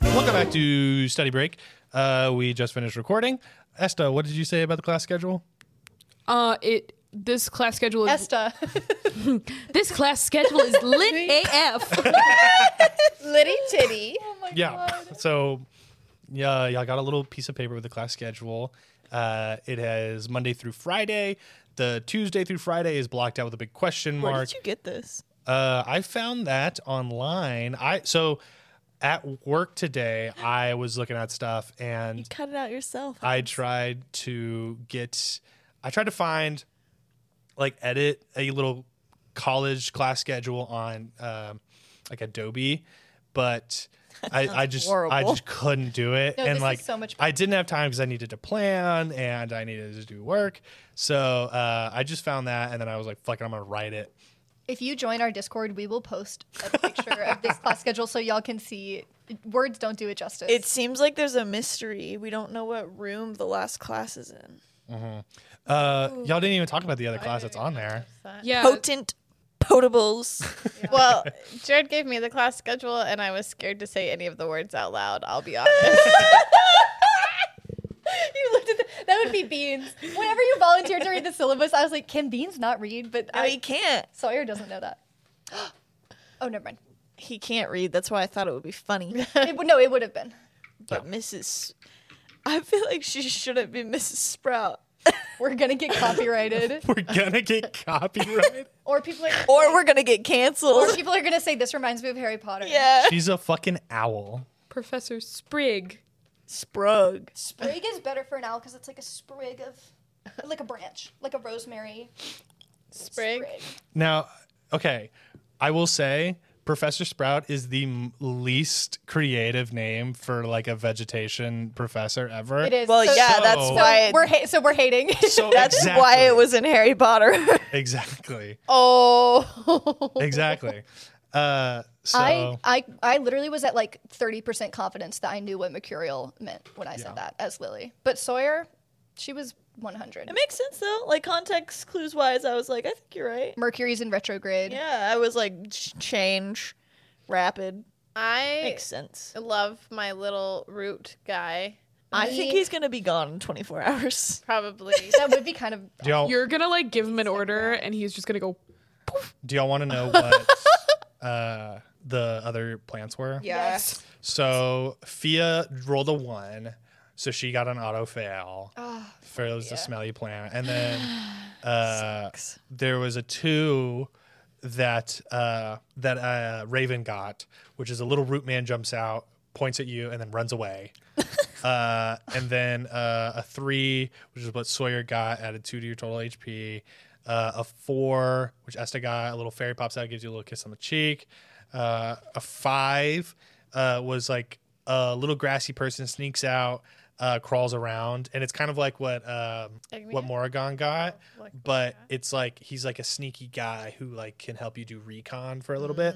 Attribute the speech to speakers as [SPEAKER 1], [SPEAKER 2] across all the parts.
[SPEAKER 1] back to study break. Uh, we just finished recording. Esta, what did you say about the class schedule?
[SPEAKER 2] Uh, it this class schedule is
[SPEAKER 3] Esta.
[SPEAKER 2] this class schedule is lit AF.
[SPEAKER 3] Litty titty.
[SPEAKER 1] yeah. So, yeah, yeah, I got a little piece of paper with the class schedule. Uh, it has Monday through Friday. The Tuesday through Friday is blocked out with a big question
[SPEAKER 4] Where
[SPEAKER 1] mark.
[SPEAKER 4] did you get this?
[SPEAKER 1] Uh, I found that online. I so at work today, I was looking at stuff and
[SPEAKER 4] Cut it out yourself.
[SPEAKER 1] I tried to get, I tried to find, like, edit a little college class schedule on, um, like Adobe, but I, I just, I
[SPEAKER 4] horrible.
[SPEAKER 1] just couldn't do it,
[SPEAKER 3] No,
[SPEAKER 1] and
[SPEAKER 3] this is
[SPEAKER 1] like,
[SPEAKER 3] so much
[SPEAKER 1] I didn't have time because I needed to plan and I needed to do work, so uh, I just found that, and then I was like, fuck it, I'm gonna write it.
[SPEAKER 3] If you join our Discord, we will post a picture of this class schedule so y'all can see. Words don't do it justice.
[SPEAKER 4] It seems like there's a mystery. We don't know what room the last class is in.
[SPEAKER 1] Uh, y'all didn't even talk about the other class that's on there.
[SPEAKER 2] Yeah,
[SPEAKER 4] Potent potables.
[SPEAKER 5] Well, Jared gave me the class schedule, and I was scared to say any of the words out loud. I'll be honest.
[SPEAKER 3] you looked at the, that would be beans. Whenever you volunteered to read the syllabus, I was like, can beans not read? But
[SPEAKER 4] no,
[SPEAKER 3] I,
[SPEAKER 4] he can't.
[SPEAKER 3] Sawyer doesn't know that. oh, never mind.
[SPEAKER 4] He can't read. That's why I thought it would be funny.
[SPEAKER 3] It, would- no, it would have been.
[SPEAKER 4] But Mrs. I feel like she shouldn't be Mrs. Sprout.
[SPEAKER 3] We're gonna get copyrighted,
[SPEAKER 1] We're gonna get copyrighted.
[SPEAKER 3] or people are,
[SPEAKER 4] Or we're gonna get
[SPEAKER 3] or
[SPEAKER 4] canceled.
[SPEAKER 3] people are gonna say this reminds me of Harry Potter.
[SPEAKER 4] Yeah.
[SPEAKER 1] She's a fucking owl.
[SPEAKER 2] Professor Sprig.
[SPEAKER 4] Sprug.
[SPEAKER 3] Sprig is better for an owl because it's like a sprig of, like a branch, like a rosemary
[SPEAKER 5] Sprig.
[SPEAKER 3] sprig.
[SPEAKER 1] Now, okay, I will say Professor Sprout is the m- least creative name for like a vegetation professor ever.
[SPEAKER 3] It is.
[SPEAKER 4] Well,
[SPEAKER 3] so-
[SPEAKER 4] yeah,
[SPEAKER 1] So-
[SPEAKER 4] that's
[SPEAKER 1] So
[SPEAKER 4] why.
[SPEAKER 3] we're ha- so we're hating.
[SPEAKER 1] So
[SPEAKER 4] that's why it was in Harry Potter.
[SPEAKER 1] exactly
[SPEAKER 5] Oh,
[SPEAKER 1] exactly. Uh, so
[SPEAKER 3] I, I I literally was at like thirty percent confidence that I knew what mercurial meant when I
[SPEAKER 1] Yeah.
[SPEAKER 3] said that as Lily. But Sawyer, she was one hundred.
[SPEAKER 4] it makes sense though. Like context clues wise, I was like, I think you're right.
[SPEAKER 3] Mercury's in retrograde.
[SPEAKER 4] Yeah, I was like, ch- change, rapid.
[SPEAKER 5] I
[SPEAKER 4] Makes sense.
[SPEAKER 5] love my little root guy.
[SPEAKER 4] I think he's gonna be gone in 24 hours.
[SPEAKER 5] Probably.
[SPEAKER 3] That would be kind of
[SPEAKER 1] do y'all
[SPEAKER 2] You're gonna like give him an order, and he's just gonna go.
[SPEAKER 1] do y'all want to know what uh, the other plants were?
[SPEAKER 5] yes.
[SPEAKER 1] So Fia rolled a one, so she got an auto fail. for it was the smelly plant, and then uh, there was a two that uh, that uh, Raven got, which is a little root man jumps out, points at you, and then runs away. uh, and then uh, a three, which is what Sawyer got, added two to your total HP. Uh, a four, which Esta got, a little fairy pops out, gives you a little kiss on the cheek. Uh, a five uh, was like a little grassy person sneaks out, uh, crawls around, and it's kind of like what um,
[SPEAKER 5] Eggman?
[SPEAKER 1] what Morrigan got,
[SPEAKER 5] Like
[SPEAKER 1] but it's like he's like a sneaky guy who like can help you do recon for a little bit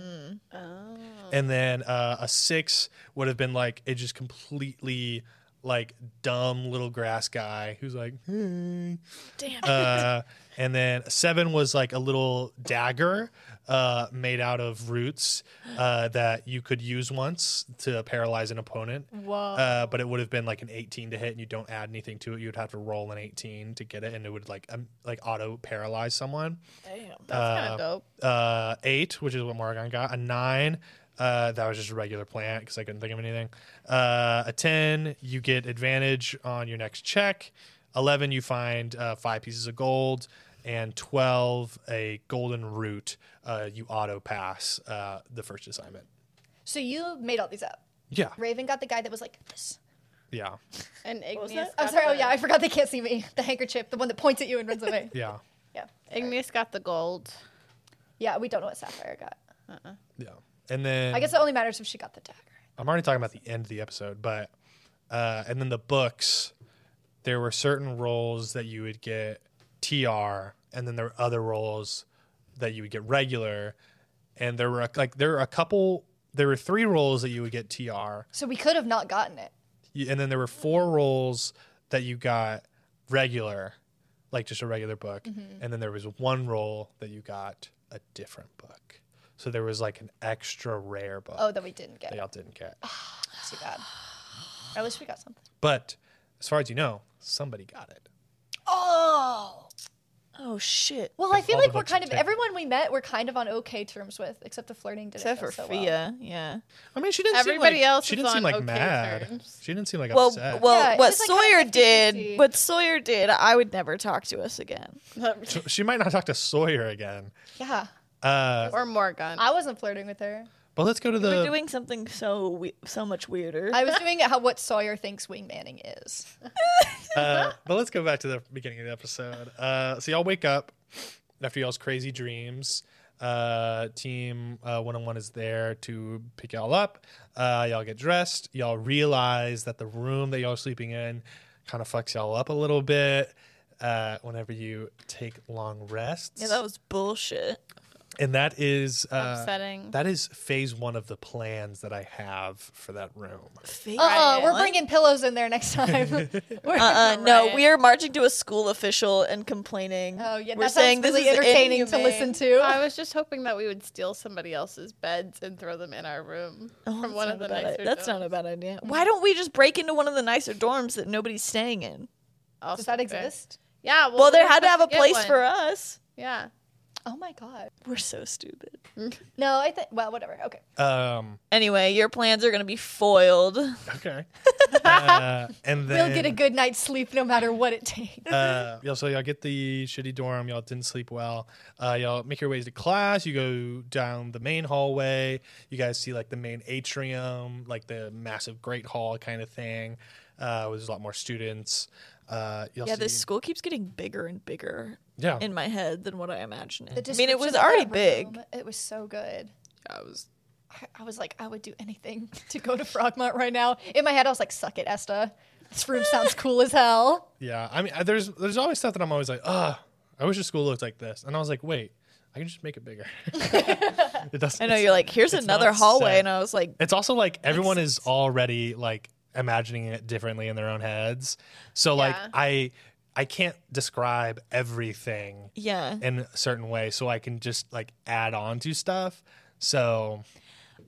[SPEAKER 1] and then uh, a six would have been like a just completely like dumb little grass guy who's like, hey. damn. Uh, and then seven was like a little dagger uh, made out of roots uh, that you could use once to paralyze an opponent. Whoa. Uh, but it would have been like an 18 to hit, and you don't add anything to it. You'd have to roll an 18 to get it, and it would like um, like auto paralyze someone
[SPEAKER 5] That's kind of dope.
[SPEAKER 1] uh, eight, which is what Morgan got. A nine, uh, that was just a regular plant because I couldn't think of anything. Uh, a ten, you get advantage on your next check. Eleven, you find uh, five pieces of gold, and twelve, a golden root. Uh, you auto pass uh, the first assignment.
[SPEAKER 3] so you made all these up.
[SPEAKER 1] Yeah,
[SPEAKER 3] Raven got the guy that was like this.
[SPEAKER 1] yeah,
[SPEAKER 5] And Igneous.
[SPEAKER 4] that?
[SPEAKER 3] I'm
[SPEAKER 5] got
[SPEAKER 3] sorry. Oh
[SPEAKER 5] the-
[SPEAKER 3] yeah, I forgot they can't see me. The handkerchief, the one that points at you and runs away.
[SPEAKER 1] yeah,
[SPEAKER 3] yeah,
[SPEAKER 5] Igneous got the gold.
[SPEAKER 3] yeah. We don't know what Sapphire got.
[SPEAKER 1] yeah. And then
[SPEAKER 3] I guess it only matters if she got the dagger.
[SPEAKER 1] I'm already talking about the end of the episode, but uh, and then the books, there were certain roles that you would get TR, and then there were other roles that you would get regular, and there were a, like there were a couple, there were three roles that you would get TR,
[SPEAKER 3] So we could have not gotten it.
[SPEAKER 1] you- and then there were four roles that you got regular, like just a regular book, and then there was one role that you got a different book. So there was like an extra rare book
[SPEAKER 3] Oh, that we didn't get.
[SPEAKER 1] that y'all didn't get.
[SPEAKER 3] Too bad. I wish we got something.
[SPEAKER 1] But as far as you know, somebody got it.
[SPEAKER 3] Oh.
[SPEAKER 4] Oh shit.
[SPEAKER 3] Well, I
[SPEAKER 1] If
[SPEAKER 3] feel
[SPEAKER 1] all the
[SPEAKER 3] like we're
[SPEAKER 1] votes
[SPEAKER 3] kind
[SPEAKER 1] are
[SPEAKER 3] of
[SPEAKER 1] taken.
[SPEAKER 3] everyone we met we're kind of on okay terms with, except the flirting didn't
[SPEAKER 4] Except
[SPEAKER 3] go
[SPEAKER 4] for
[SPEAKER 3] so well.
[SPEAKER 4] Fia, yeah.
[SPEAKER 1] I mean, she didn't.
[SPEAKER 5] Everybody
[SPEAKER 1] seem like,
[SPEAKER 5] else
[SPEAKER 1] She
[SPEAKER 5] is
[SPEAKER 1] didn't seem
[SPEAKER 5] on
[SPEAKER 1] like
[SPEAKER 5] okay
[SPEAKER 1] mad.
[SPEAKER 5] terms.
[SPEAKER 1] She didn't seem like
[SPEAKER 4] Well,
[SPEAKER 1] upset.
[SPEAKER 4] well,
[SPEAKER 3] Yeah, it's
[SPEAKER 4] what
[SPEAKER 3] just like kind of
[SPEAKER 4] Sawyer did,
[SPEAKER 3] 50-50.
[SPEAKER 4] what Sawyer did, I would never talk to us again.
[SPEAKER 1] So she might not talk to Sawyer again.
[SPEAKER 3] Yeah.
[SPEAKER 1] Uh,
[SPEAKER 5] or Morgan.
[SPEAKER 3] I wasn't flirting with her.
[SPEAKER 1] but let's go to
[SPEAKER 4] We're
[SPEAKER 1] the.
[SPEAKER 4] doing something so we- so much weirder.
[SPEAKER 3] I was doing how what Sawyer thinks wingmanning is.
[SPEAKER 1] uh, but let's go back to the beginning of the episode. Uh, so y'all wake up after y'all's crazy dreams. Uh, team one on one is there to pick y'all up. Uh, y'all get dressed. Y'all realize that the room that y'all are sleeping in kind of fucks y'all up a little bit. Uh, whenever you take long rests,
[SPEAKER 4] yeah, that was bullshit.
[SPEAKER 1] and that is uh,
[SPEAKER 5] Upsetting.
[SPEAKER 1] That is phase one of the plans that I have for that room.
[SPEAKER 4] Fake
[SPEAKER 3] Uh uh-uh,
[SPEAKER 4] Ryan.
[SPEAKER 3] we're bringing pillows in there next time. We're-
[SPEAKER 4] Uh-uh, no,
[SPEAKER 5] Right.
[SPEAKER 4] we are marching to a school official and complaining.
[SPEAKER 3] Oh yeah,
[SPEAKER 4] we're
[SPEAKER 3] that
[SPEAKER 4] saying
[SPEAKER 3] sounds really
[SPEAKER 4] this is
[SPEAKER 3] entertaining to
[SPEAKER 4] inhumane.
[SPEAKER 3] listen to.
[SPEAKER 5] I was just hoping that we would steal somebody else's beds and throw them in our room
[SPEAKER 4] Oh,
[SPEAKER 5] from
[SPEAKER 4] that's
[SPEAKER 5] one
[SPEAKER 4] not
[SPEAKER 5] of the
[SPEAKER 4] a bad i-
[SPEAKER 5] nicer.
[SPEAKER 4] That's
[SPEAKER 5] dorms. Mm-hmm.
[SPEAKER 4] not a bad idea. Why don't we just break into one of the nicer dorms that nobody's staying in?
[SPEAKER 5] Also
[SPEAKER 3] Does that
[SPEAKER 5] fair.
[SPEAKER 3] exist?
[SPEAKER 5] Yeah. Well,
[SPEAKER 4] Well,
[SPEAKER 5] we
[SPEAKER 4] there
[SPEAKER 5] were
[SPEAKER 4] had to have a
[SPEAKER 5] supposed get
[SPEAKER 4] place
[SPEAKER 5] one.
[SPEAKER 4] for us.
[SPEAKER 5] Yeah.
[SPEAKER 3] Oh my god.
[SPEAKER 4] We're so stupid.
[SPEAKER 3] No, I think. Well, whatever. Okay.
[SPEAKER 1] Um,
[SPEAKER 4] Anyway, your plans are going to be foiled.
[SPEAKER 1] okay. uh, and then
[SPEAKER 3] We'll get a good night's sleep no matter what it takes.
[SPEAKER 1] uh, y'all, so y'all get the shitty dorm. Y'all didn't sleep well. Uh, y'all make your ways to class. You go down the main hallway. You guys see like the main atrium, like the massive great hall kind of thing. Uh, with there's a lot more students. Uh, y'all
[SPEAKER 4] Yeah,
[SPEAKER 1] see,
[SPEAKER 4] this school keeps getting bigger and bigger
[SPEAKER 1] yeah.
[SPEAKER 4] in my head than what I imagined.
[SPEAKER 3] The
[SPEAKER 4] it. I mean,
[SPEAKER 3] description
[SPEAKER 4] it was
[SPEAKER 3] of that
[SPEAKER 4] already
[SPEAKER 3] room,
[SPEAKER 4] big.
[SPEAKER 3] It was so good.
[SPEAKER 4] I was
[SPEAKER 3] I, I was like, I would do anything to go to Frogmont right now. In my head, I was like, suck it, Esta. This room sounds cool as hell.
[SPEAKER 1] Yeah, I mean, I- there's there's always stuff that I'm always like, ah, I wish the school looked like this, and I was like, wait, I can just make it bigger. it doesn't.
[SPEAKER 4] I know you're like, here's
[SPEAKER 1] it's
[SPEAKER 4] another
[SPEAKER 1] not
[SPEAKER 4] hallway,
[SPEAKER 1] set.
[SPEAKER 4] and I was like,
[SPEAKER 1] It's also like everyone is already like imagining it differently in their own heads, so like
[SPEAKER 5] Yeah.
[SPEAKER 1] I I can't describe everything
[SPEAKER 4] yeah.
[SPEAKER 1] in a certain way, so I can just like add on to stuff. So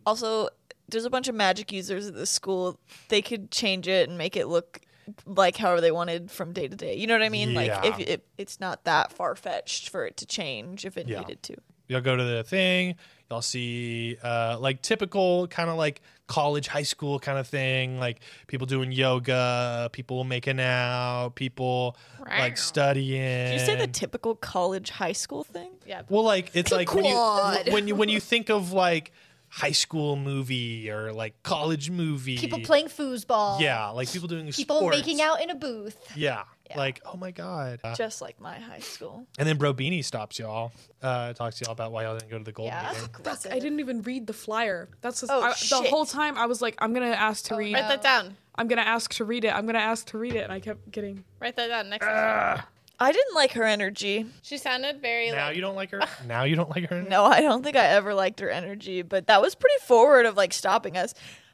[SPEAKER 4] Also, there's a bunch of magic users at this school. They could change it and make it look like however they wanted from day to day. You know what I mean? Like
[SPEAKER 1] Yeah.
[SPEAKER 4] if it, it's not that far fetched for it to change if it
[SPEAKER 1] Yeah.
[SPEAKER 4] needed to.
[SPEAKER 1] y'all go to the thing y'all see uh, like typical kind of like college high school kind of thing like people doing yoga people making out people like studying
[SPEAKER 4] Did you say the typical college high school thing?
[SPEAKER 5] Yeah.
[SPEAKER 1] well like it's like when
[SPEAKER 3] Quad.
[SPEAKER 1] you when you when you think of like high school movie or like college movie
[SPEAKER 3] People playing foosball.
[SPEAKER 1] yeah like people doing
[SPEAKER 3] People
[SPEAKER 1] sports.
[SPEAKER 3] making out in a booth.
[SPEAKER 1] yeah, like oh my god Uh,
[SPEAKER 4] Just like my high school.
[SPEAKER 1] and then brobini stops y'all uh talks to y'all about why y'all didn't go to the gold
[SPEAKER 3] Yeah.
[SPEAKER 1] meeting
[SPEAKER 4] Aggressive.
[SPEAKER 6] I didn't even read the flyer. That's just,
[SPEAKER 4] Oh,
[SPEAKER 6] I,
[SPEAKER 4] shit.
[SPEAKER 6] the whole time I was like, I'm gonna ask to read.
[SPEAKER 5] Write that down.
[SPEAKER 6] I'm gonna ask to read it. I'm gonna ask to read it, and I kept getting.
[SPEAKER 5] Write that down. Next. time.
[SPEAKER 4] I didn't like her energy.
[SPEAKER 5] She sounded very.
[SPEAKER 1] now
[SPEAKER 5] like,
[SPEAKER 1] you don't like her now you don't like her
[SPEAKER 4] No, I don't think I ever liked her energy, but that was pretty forward of like stopping us.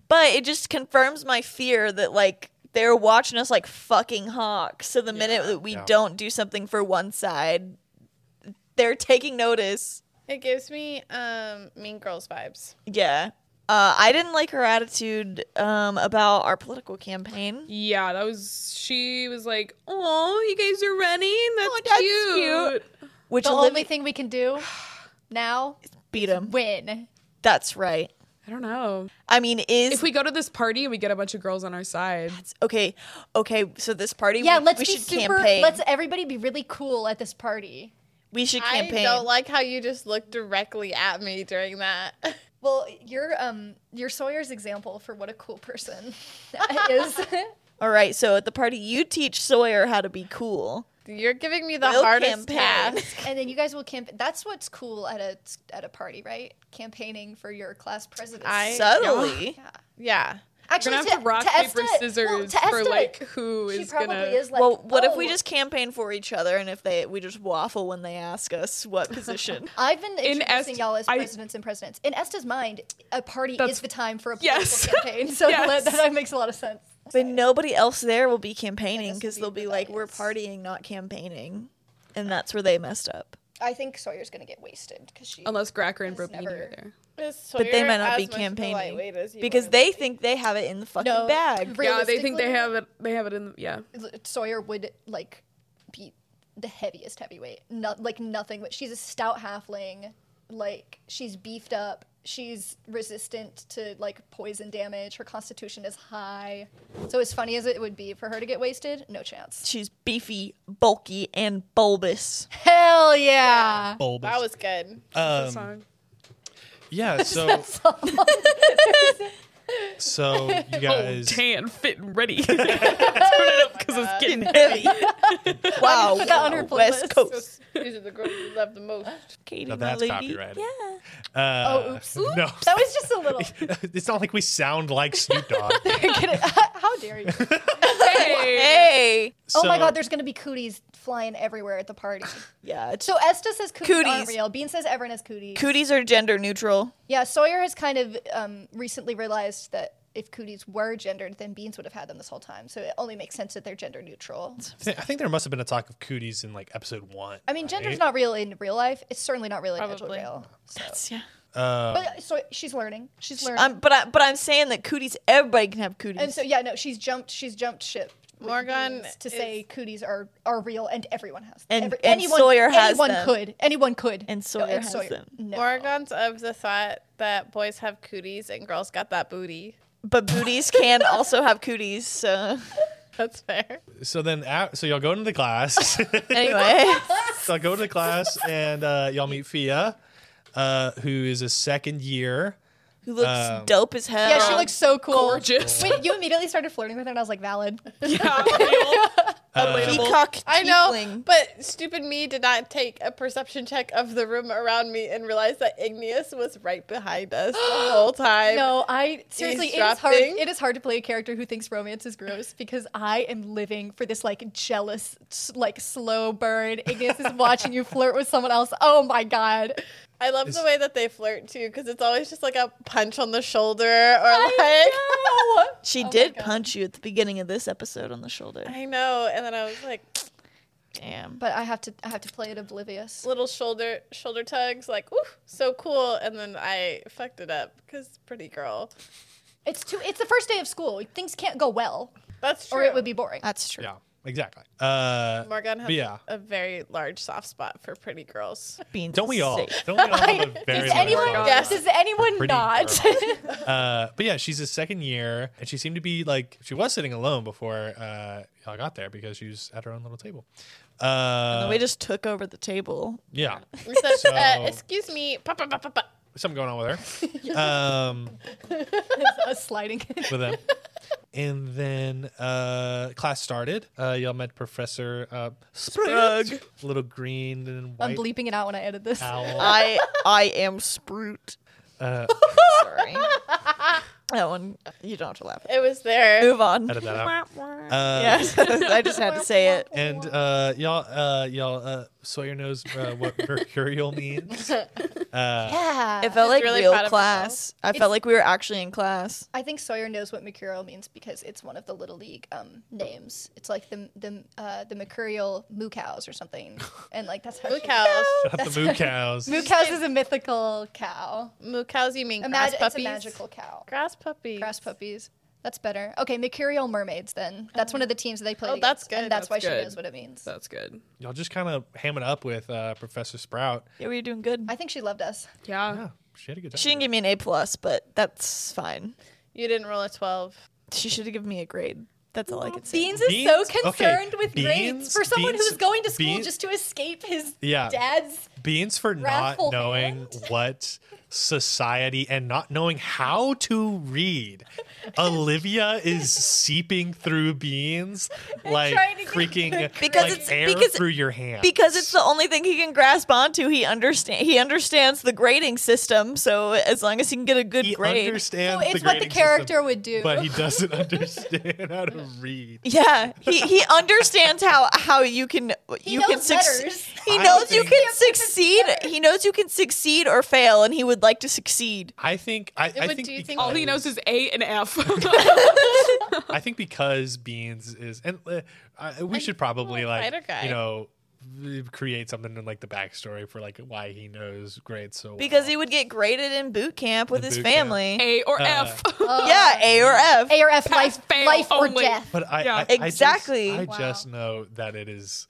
[SPEAKER 4] But it just confirms my fear that like they're watching us like fucking hawks. So the minute that we
[SPEAKER 1] Yeah.
[SPEAKER 4] don't do something for one side, they're taking notice.
[SPEAKER 5] It gives me um Mean Girls vibes.
[SPEAKER 4] Yeah. Uh, I didn't like her attitude um, about our political campaign.
[SPEAKER 6] Yeah, that was. She was like, "Oh, you guys are running. That's,
[SPEAKER 4] that's
[SPEAKER 6] cute.
[SPEAKER 4] Which
[SPEAKER 3] The only
[SPEAKER 4] Olivia
[SPEAKER 3] thing we can do now
[SPEAKER 4] beat him.
[SPEAKER 3] win.
[SPEAKER 4] That's right.
[SPEAKER 6] I don't know.
[SPEAKER 4] I mean, is
[SPEAKER 6] If we go to this party and we get a bunch of girls on our side,
[SPEAKER 4] okay? Okay, so this party.
[SPEAKER 3] Yeah,
[SPEAKER 4] we,
[SPEAKER 3] let's
[SPEAKER 4] we
[SPEAKER 3] be
[SPEAKER 4] should
[SPEAKER 3] super.
[SPEAKER 4] campaign.
[SPEAKER 3] Let's everybody be really cool at this party.
[SPEAKER 4] we should
[SPEAKER 5] I
[SPEAKER 4] campaign.
[SPEAKER 5] don't like how you just looked directly at me during that.
[SPEAKER 3] Well, your um your Sawyer's example for what a cool person is.
[SPEAKER 4] All right, so at the party, you teach Sawyer how to be cool.
[SPEAKER 5] You're giving me the
[SPEAKER 4] We'll
[SPEAKER 5] hardest
[SPEAKER 4] campaign.
[SPEAKER 5] task.
[SPEAKER 3] and then you guys will camp. That's what's cool at a at a party, right? Campaigning for your class president.
[SPEAKER 5] I-
[SPEAKER 4] Subtly.
[SPEAKER 5] Yeah.
[SPEAKER 6] we're
[SPEAKER 3] Actually,
[SPEAKER 6] gonna have to rock paper
[SPEAKER 3] Esta-
[SPEAKER 6] scissors
[SPEAKER 3] well, to
[SPEAKER 6] for
[SPEAKER 3] Esta,
[SPEAKER 6] like who
[SPEAKER 3] she
[SPEAKER 6] is
[SPEAKER 3] probably
[SPEAKER 6] gonna.
[SPEAKER 3] is like.
[SPEAKER 4] well, what if we
[SPEAKER 3] "Oh,
[SPEAKER 4] just campaign for each other, and if they we just waffle when they ask us what position?
[SPEAKER 3] I've been
[SPEAKER 6] In
[SPEAKER 3] introducing
[SPEAKER 6] Est-
[SPEAKER 3] y'all as
[SPEAKER 6] I-
[SPEAKER 3] presidents and presidents. In Esta's mind, a party
[SPEAKER 6] That's-
[SPEAKER 3] is the time for a political
[SPEAKER 6] Yes.
[SPEAKER 3] campaign. So
[SPEAKER 6] Yes.
[SPEAKER 3] that, that makes a lot of sense.
[SPEAKER 4] but nobody else there will be campaigning
[SPEAKER 3] this
[SPEAKER 4] because
[SPEAKER 3] will
[SPEAKER 4] they'll
[SPEAKER 3] be
[SPEAKER 4] be like, "We're
[SPEAKER 3] rebellious.
[SPEAKER 4] partying, not campaigning," and that's where they messed up.
[SPEAKER 3] I think Sawyer's gonna get wasted because she.
[SPEAKER 6] Unless Gracker and
[SPEAKER 3] Has
[SPEAKER 6] Brobini
[SPEAKER 3] never-
[SPEAKER 6] are there.
[SPEAKER 4] but they might not be campaigning because they think they have it in the fucking
[SPEAKER 3] No.
[SPEAKER 4] bag.
[SPEAKER 6] Yeah, they think they
[SPEAKER 3] Realistically-
[SPEAKER 6] have it. They have it in. Yeah,
[SPEAKER 3] Sawyer would like be the heaviest heavyweight. No, like nothing. But she's a stout halfling. Like she's beefed up. She's resistant to like poison damage. Her constitution is high. So as funny as it would be for her to get wasted, no chance.
[SPEAKER 4] She's beefy, bulky, and bulbous.
[SPEAKER 3] Hell
[SPEAKER 4] uh,
[SPEAKER 3] yeah.
[SPEAKER 1] Bulbous.
[SPEAKER 5] That was good.
[SPEAKER 1] Um,
[SPEAKER 6] song.
[SPEAKER 1] Yeah, so so you
[SPEAKER 3] Oh,
[SPEAKER 1] guys
[SPEAKER 6] tan, fit, and ready. Turn it up because it's getting heavy.
[SPEAKER 4] Wow,
[SPEAKER 3] put that on her
[SPEAKER 4] wow, West
[SPEAKER 3] playlist.
[SPEAKER 4] Coast.
[SPEAKER 5] These are the girls you love the most.
[SPEAKER 4] Katie,
[SPEAKER 1] Now
[SPEAKER 4] my
[SPEAKER 1] that's
[SPEAKER 4] lady.
[SPEAKER 1] copyrighted.
[SPEAKER 4] Yeah.
[SPEAKER 1] uh,
[SPEAKER 3] Oh, oops.
[SPEAKER 1] no.
[SPEAKER 3] That was Oh just a little.
[SPEAKER 1] it's not like we sound like Snoop Dogg.
[SPEAKER 3] How dare you?
[SPEAKER 4] Hey.
[SPEAKER 3] oh my
[SPEAKER 1] So-
[SPEAKER 3] god, there's gonna be cooties flying everywhere at the party.
[SPEAKER 4] Yeah. It's,
[SPEAKER 3] So Esta says cooties,
[SPEAKER 4] Cooties.
[SPEAKER 3] aren't real. Bean says everyone has cooties.
[SPEAKER 4] cooties are gender neutral.
[SPEAKER 3] yeah, Sawyer has kind of um, recently realized that if cooties were gendered, then Beans would have had them this whole time. So it only makes sense that they're gender neutral.
[SPEAKER 1] I thi- I think there must have been a talk of cooties in like episode one.
[SPEAKER 3] I mean, gender's
[SPEAKER 1] right?
[SPEAKER 3] not real in real life. It's certainly not real in digital
[SPEAKER 5] Probably.
[SPEAKER 3] real. So.
[SPEAKER 4] Yeah.
[SPEAKER 1] Uh,
[SPEAKER 3] But so she's learning. She's learning.
[SPEAKER 4] I'm, but I, but I'm saying that cooties. Everybody can have cooties.
[SPEAKER 3] and so yeah, no, she's jumped. She's jumped ship. with
[SPEAKER 5] Morgan
[SPEAKER 3] Beans to say cooties are are real and everyone has them.
[SPEAKER 4] And- and Sawyer has
[SPEAKER 3] anyone
[SPEAKER 4] them.
[SPEAKER 3] could anyone could
[SPEAKER 4] And
[SPEAKER 3] No,
[SPEAKER 4] Sawyer has them.
[SPEAKER 3] no.
[SPEAKER 5] Oregon's of the thought that boys have cooties and girls got that booty.
[SPEAKER 4] but booties can also have cooties. So
[SPEAKER 5] That's fair.
[SPEAKER 1] so then, a- so y'all go into the class.
[SPEAKER 4] anyway,
[SPEAKER 1] so I go to the class and uh, y'all meet Fia, uh, who is a second year.
[SPEAKER 4] who looks
[SPEAKER 1] Um,
[SPEAKER 4] dope as hell?
[SPEAKER 3] Yeah, she looks so cool.
[SPEAKER 6] Gorgeous.
[SPEAKER 3] Wait, you immediately started flirting with her, and I was like, valid.
[SPEAKER 6] Yeah, real.
[SPEAKER 1] um,
[SPEAKER 4] peacock.
[SPEAKER 5] I know,
[SPEAKER 4] tiefling.
[SPEAKER 5] but stupid me did not take a perception check of the room around me and realize that Igneous was right behind us the whole time.
[SPEAKER 3] No, I seriously, it is hard.
[SPEAKER 5] Eavesdropping?
[SPEAKER 3] It is hard to play a character who thinks romance is gross because I am living for this like jealous, s- like slow burn. Ignis is watching you flirt with someone else. Oh my god!
[SPEAKER 5] I love the
[SPEAKER 1] It's-
[SPEAKER 5] way that they flirt too, because it's always just like a punch on the shoulder or like.
[SPEAKER 4] She did punch you at the beginning of this episode on the shoulder.
[SPEAKER 5] I know, and then I was like,
[SPEAKER 4] Damn.
[SPEAKER 3] But I have to, I have to play it oblivious.
[SPEAKER 5] little shoulder shoulder tugs, like, ooh, so cool. And then I fucked it up because pretty girl.
[SPEAKER 3] It's too. It's the first day of school. Things can't go well,
[SPEAKER 5] That's true.
[SPEAKER 3] or it would be boring.
[SPEAKER 4] That's true.
[SPEAKER 1] Yeah, exactly. Uh,
[SPEAKER 5] Morgan has
[SPEAKER 1] But yeah.
[SPEAKER 5] a very large soft spot for pretty girls.
[SPEAKER 4] Beans
[SPEAKER 1] don't we
[SPEAKER 4] is
[SPEAKER 1] all?
[SPEAKER 4] safe.
[SPEAKER 1] Don't we all have a very
[SPEAKER 3] Does
[SPEAKER 1] large
[SPEAKER 3] anyone?
[SPEAKER 1] problem?
[SPEAKER 3] Yes. Does anyone
[SPEAKER 1] Pretty
[SPEAKER 3] not?
[SPEAKER 1] Uh, but yeah, she's a second year, and she seemed to be like she was sitting alone before uh, y'all got there because she was at her own little table. Uh,
[SPEAKER 4] And we just took over the table.
[SPEAKER 1] yeah,
[SPEAKER 5] We said,
[SPEAKER 1] So-
[SPEAKER 5] uh, excuse me, papa, papa, papa.
[SPEAKER 1] something going on with her. um,
[SPEAKER 3] A sliding.
[SPEAKER 1] with them. And then uh, class started. Uh, y'all met Professor uh, Sprug, little green and
[SPEAKER 3] I'm
[SPEAKER 1] white
[SPEAKER 3] bleeping it out when I edit this.
[SPEAKER 1] owl.
[SPEAKER 4] I I am Sprout.
[SPEAKER 1] Uh,
[SPEAKER 4] Sorry. that one you don't have to laugh.
[SPEAKER 5] It was there.
[SPEAKER 4] Move on.
[SPEAKER 1] edit that out. Uh,
[SPEAKER 4] Yes, I just had to say it.
[SPEAKER 1] And uh, y'all, uh, y'all, uh, Sawyer knows uh, what mercurial means. Uh,
[SPEAKER 3] Yeah.
[SPEAKER 4] It felt like
[SPEAKER 5] really
[SPEAKER 4] real
[SPEAKER 5] proud of
[SPEAKER 4] class. I
[SPEAKER 3] It's-
[SPEAKER 4] felt like we were actually in class.
[SPEAKER 3] I think Sawyer knows what mercurial means because it's one of the little league um, names. It's like the the uh, the mercurial moo cows or something, and like that's how
[SPEAKER 5] Moo
[SPEAKER 3] she-
[SPEAKER 5] cows.
[SPEAKER 1] Not the moo cows.
[SPEAKER 3] Moo cows is a mythical cow.
[SPEAKER 5] Moo cows, you mean grass
[SPEAKER 3] Imagine it's a
[SPEAKER 5] puppies?
[SPEAKER 3] magical cow.
[SPEAKER 5] Grass puppies.
[SPEAKER 3] Grass puppies. That's better. Okay, mercurial mermaids. Then that's one of the teams that they played.
[SPEAKER 5] Oh, that's
[SPEAKER 3] against,
[SPEAKER 5] good,
[SPEAKER 3] And Oh. that's,
[SPEAKER 5] that's
[SPEAKER 3] why she
[SPEAKER 6] good.
[SPEAKER 3] knows what it means.
[SPEAKER 6] That's good.
[SPEAKER 1] Y'all just kind of ham it up with uh, Professor Sprout.
[SPEAKER 4] Yeah, we were doing good.
[SPEAKER 3] I think she loved us.
[SPEAKER 6] Yeah.
[SPEAKER 1] Yeah, she had a good time.
[SPEAKER 4] Uh-huh. She didn't give me an A plus, but that's fine.
[SPEAKER 5] You didn't roll a 12.
[SPEAKER 4] She should have given me a grade. That's all I could say.
[SPEAKER 3] Beans
[SPEAKER 1] is
[SPEAKER 3] is
[SPEAKER 1] Beans-
[SPEAKER 3] so
[SPEAKER 1] so okay,
[SPEAKER 3] concerned
[SPEAKER 1] concerned with
[SPEAKER 3] with
[SPEAKER 1] Beans-
[SPEAKER 3] grades for someone
[SPEAKER 1] Beans-
[SPEAKER 3] who's going to school
[SPEAKER 1] Beans-
[SPEAKER 3] just to escape his
[SPEAKER 1] Yeah.
[SPEAKER 3] dad's.
[SPEAKER 1] Beans for not
[SPEAKER 3] Wrathful
[SPEAKER 1] knowing what society and not knowing how to read. Olivia is seeping through beans like
[SPEAKER 3] trying to get
[SPEAKER 1] freaking
[SPEAKER 4] Because
[SPEAKER 1] like
[SPEAKER 4] it's-
[SPEAKER 1] air
[SPEAKER 4] because-
[SPEAKER 1] through your hand.
[SPEAKER 4] Because it's the only thing he can grasp onto. He understand he understands the grading system, so as long as he can get a good
[SPEAKER 1] he
[SPEAKER 4] grade.
[SPEAKER 1] understands
[SPEAKER 3] it's
[SPEAKER 1] the
[SPEAKER 3] what the
[SPEAKER 1] grading
[SPEAKER 3] character
[SPEAKER 1] system,
[SPEAKER 3] would do.
[SPEAKER 1] but he doesn't understand how to read.
[SPEAKER 4] yeah, he, he understands how how you can you can
[SPEAKER 3] knows
[SPEAKER 4] succeed.
[SPEAKER 3] letters.
[SPEAKER 4] He
[SPEAKER 1] I
[SPEAKER 4] knows
[SPEAKER 1] don't
[SPEAKER 4] you
[SPEAKER 1] think-
[SPEAKER 4] can succeed. He knows you can succeed or fail, and he would like to succeed.
[SPEAKER 1] I think I, I
[SPEAKER 5] would-
[SPEAKER 1] think,
[SPEAKER 5] do you
[SPEAKER 1] because,
[SPEAKER 5] think-
[SPEAKER 6] All he knows is A and F.
[SPEAKER 1] I think because beans is and uh, I- we should probably
[SPEAKER 5] fighter
[SPEAKER 1] like
[SPEAKER 5] guy.
[SPEAKER 1] you know create something in like the backstory for like why he knows grades so well.
[SPEAKER 4] because he would get graded in boot camp with
[SPEAKER 1] In
[SPEAKER 4] his
[SPEAKER 1] boot camp.
[SPEAKER 4] family.
[SPEAKER 6] A or F.
[SPEAKER 3] Oh.
[SPEAKER 4] yeah, A or F.
[SPEAKER 3] A or F,
[SPEAKER 6] Pass,
[SPEAKER 3] life,
[SPEAKER 6] fail
[SPEAKER 3] life or
[SPEAKER 6] only.
[SPEAKER 3] death.
[SPEAKER 1] But I,
[SPEAKER 6] Yeah.
[SPEAKER 1] I- I just-
[SPEAKER 4] Exactly.
[SPEAKER 1] I
[SPEAKER 3] Wow.
[SPEAKER 1] just know that it is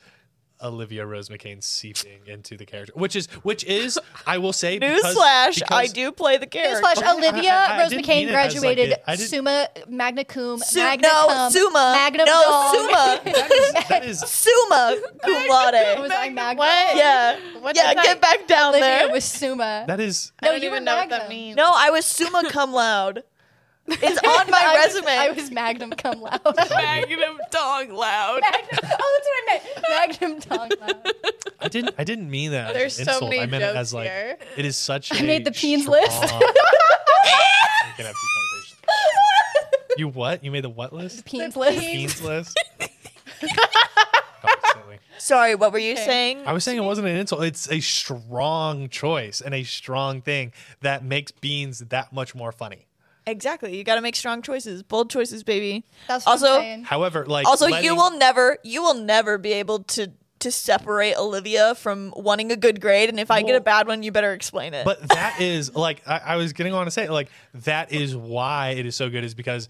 [SPEAKER 1] Olivia Rose McCain seeping into the character, which is which is I will say because-
[SPEAKER 4] Newsflash, I
[SPEAKER 1] because-
[SPEAKER 4] do play the character.
[SPEAKER 3] Newsflash, Olivia
[SPEAKER 1] I- I- I
[SPEAKER 3] Rose
[SPEAKER 1] didn't mean
[SPEAKER 3] McCain
[SPEAKER 1] it as, like,
[SPEAKER 3] graduated
[SPEAKER 1] it- I didn't-
[SPEAKER 3] summa magna cum
[SPEAKER 4] Su-
[SPEAKER 3] magna
[SPEAKER 4] no,
[SPEAKER 3] cum,
[SPEAKER 4] summa.
[SPEAKER 3] magnum
[SPEAKER 4] No,
[SPEAKER 3] dom.
[SPEAKER 4] summa.
[SPEAKER 1] That is, that is
[SPEAKER 4] Summa cum laude.
[SPEAKER 3] was I magna?
[SPEAKER 5] What?
[SPEAKER 4] Yeah,
[SPEAKER 5] What
[SPEAKER 4] yeah,
[SPEAKER 5] does that-
[SPEAKER 4] get back down
[SPEAKER 3] Olivia
[SPEAKER 4] there.
[SPEAKER 3] was summa.
[SPEAKER 1] that is
[SPEAKER 5] I
[SPEAKER 3] no,
[SPEAKER 5] don't
[SPEAKER 3] you were
[SPEAKER 5] even know what
[SPEAKER 3] magna.
[SPEAKER 5] that means.
[SPEAKER 4] No, I was summa cum laude. It's on
[SPEAKER 3] I
[SPEAKER 4] my
[SPEAKER 3] was-
[SPEAKER 4] resume.
[SPEAKER 3] I was magnum cum laude. magnum,
[SPEAKER 6] Magnum dog loud.
[SPEAKER 3] oh, that's what I meant. Magnum dong laude.
[SPEAKER 1] I didn't I didn't mean that as
[SPEAKER 5] There's
[SPEAKER 1] an
[SPEAKER 5] so
[SPEAKER 1] insult.
[SPEAKER 5] many
[SPEAKER 1] I meant it as
[SPEAKER 5] jokes
[SPEAKER 1] like
[SPEAKER 5] here.
[SPEAKER 1] it is such I
[SPEAKER 3] made the peens list.
[SPEAKER 1] you what? You made the what list?
[SPEAKER 3] Peens list.
[SPEAKER 1] Peens list. Constantly.
[SPEAKER 4] Sorry, what were you saying?
[SPEAKER 1] I was saying it wasn't an insult. It's a strong choice and a strong thing that makes beans that much more funny.
[SPEAKER 4] Exactly. You got to make strong choices, bold choices, baby.
[SPEAKER 3] That's what
[SPEAKER 4] Also-
[SPEAKER 3] I'm saying.
[SPEAKER 1] However, like
[SPEAKER 4] Also,
[SPEAKER 1] letting-
[SPEAKER 4] you will never, you will never be able to to separate Olivia from wanting a good grade. And if I get a bad one, you better explain it.
[SPEAKER 1] But that is like I, I was getting on to say like that is why it is so good is because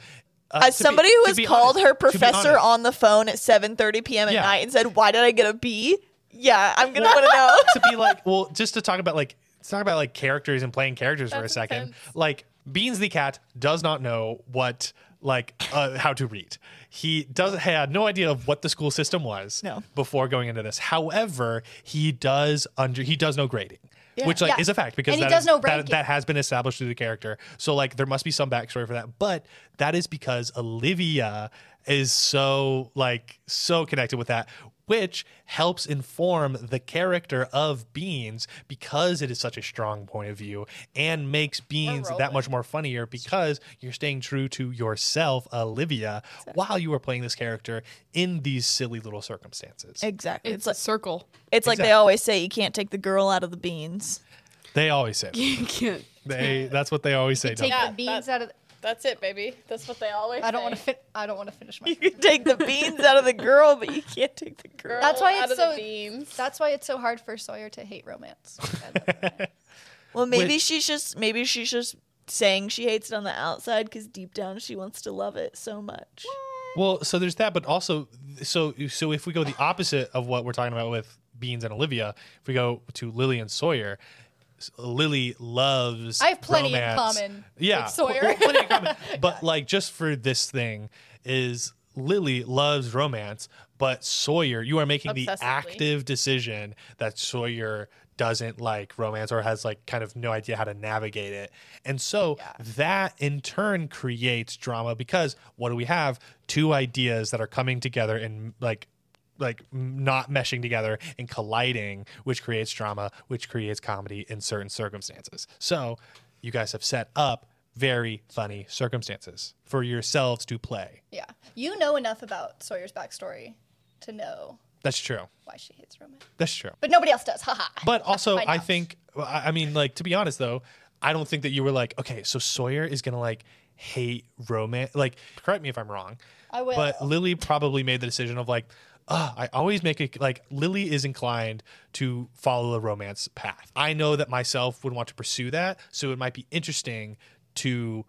[SPEAKER 1] uh,
[SPEAKER 4] as
[SPEAKER 1] to be-
[SPEAKER 4] somebody who
[SPEAKER 1] to
[SPEAKER 4] has
[SPEAKER 1] be
[SPEAKER 4] called
[SPEAKER 1] honest-
[SPEAKER 4] her
[SPEAKER 1] to be
[SPEAKER 4] professor
[SPEAKER 1] honest-
[SPEAKER 4] on the phone at 7:30 p.m. at
[SPEAKER 1] Yeah.
[SPEAKER 4] night and said, "Why did I get a B?" Yeah, I'm gonna want to know.
[SPEAKER 1] to be like, well, just to talk about like, let's talk about like characters and playing characters for a
[SPEAKER 5] That's
[SPEAKER 1] second.
[SPEAKER 5] intense.
[SPEAKER 1] Like, Beans the cat does not know what like uh, how to read. He does had no idea of what the school system was
[SPEAKER 4] No.
[SPEAKER 1] before going into this. However, he does under he does know grading. Which like
[SPEAKER 3] Yeah.
[SPEAKER 1] is a fact because
[SPEAKER 3] And he
[SPEAKER 1] that
[SPEAKER 3] does
[SPEAKER 1] is-
[SPEAKER 3] know
[SPEAKER 1] that,
[SPEAKER 3] ranking.
[SPEAKER 1] that has been established through the character. So like there must be some backstory for that. But that is because Olivia is so like so connected with that, which helps inform the character of Beans because it is such a strong point of view and makes Beans that much more funnier because you're staying true to yourself, Olivia, while you are playing this character in these silly little circumstances.
[SPEAKER 4] Exactly. It's
[SPEAKER 6] It's a
[SPEAKER 4] like,
[SPEAKER 6] circle.
[SPEAKER 4] it's like they
[SPEAKER 1] exactly.
[SPEAKER 4] always say, you can't take the girl out of the beans.
[SPEAKER 1] They always say that.
[SPEAKER 6] You can't.
[SPEAKER 1] they that's what they always say.
[SPEAKER 3] Take
[SPEAKER 1] don't they?
[SPEAKER 5] Yeah,
[SPEAKER 3] the beans out of. The,
[SPEAKER 5] That's it, baby. That's what they always.
[SPEAKER 3] I don't want
[SPEAKER 5] say.
[SPEAKER 3] to fit. I don't want to finish my.
[SPEAKER 4] You can take the beans out of the girl, but you can't take the girl.
[SPEAKER 3] That's why
[SPEAKER 5] Out
[SPEAKER 3] it's
[SPEAKER 5] of the
[SPEAKER 3] so-
[SPEAKER 5] beans.
[SPEAKER 3] That's why it's so hard for Sawyer to hate romance.
[SPEAKER 4] Well, maybe
[SPEAKER 1] Which-
[SPEAKER 4] she's just maybe she's just saying she hates it on the outside because deep down she wants to love it so much.
[SPEAKER 1] Well, so there's that, but also, so so if we go the opposite of what we're talking about with Beans and Olivia, if we go to Lily and Sawyer, s- Lily loves.
[SPEAKER 3] I have plenty in
[SPEAKER 1] romance.
[SPEAKER 3] common
[SPEAKER 1] Yeah,
[SPEAKER 3] with Sawyer.
[SPEAKER 1] Well, plenty in common. But like, just for this thing, is Lily loves romance, but Sawyer, you are making the
[SPEAKER 5] Obsessively.
[SPEAKER 1] active decision that Sawyer doesn't like romance or has like kind of no idea how to navigate it. And so that in turn creates drama because what do we have? Two ideas that are coming together and like like m- not meshing together and colliding, which creates drama, which creates comedy in certain circumstances. So you guys have set up very funny circumstances for yourselves to play.
[SPEAKER 3] yeah, you know enough about Sawyer's backstory to know
[SPEAKER 1] That's true.
[SPEAKER 3] why she hates romance,
[SPEAKER 1] That's true.
[SPEAKER 3] but nobody else does. Haha.
[SPEAKER 1] But also,
[SPEAKER 3] find
[SPEAKER 1] I
[SPEAKER 3] out.
[SPEAKER 1] think, I I mean, like, to be honest, though, I don't think that you were like, okay, so Sawyer is going to like hate romance. Like, correct me if I'm wrong.
[SPEAKER 3] I will.
[SPEAKER 1] But Lily probably made the decision of like, Ugh, I always make it like Lily is inclined to follow the romance path. I know that myself would want to pursue that. So it might be interesting to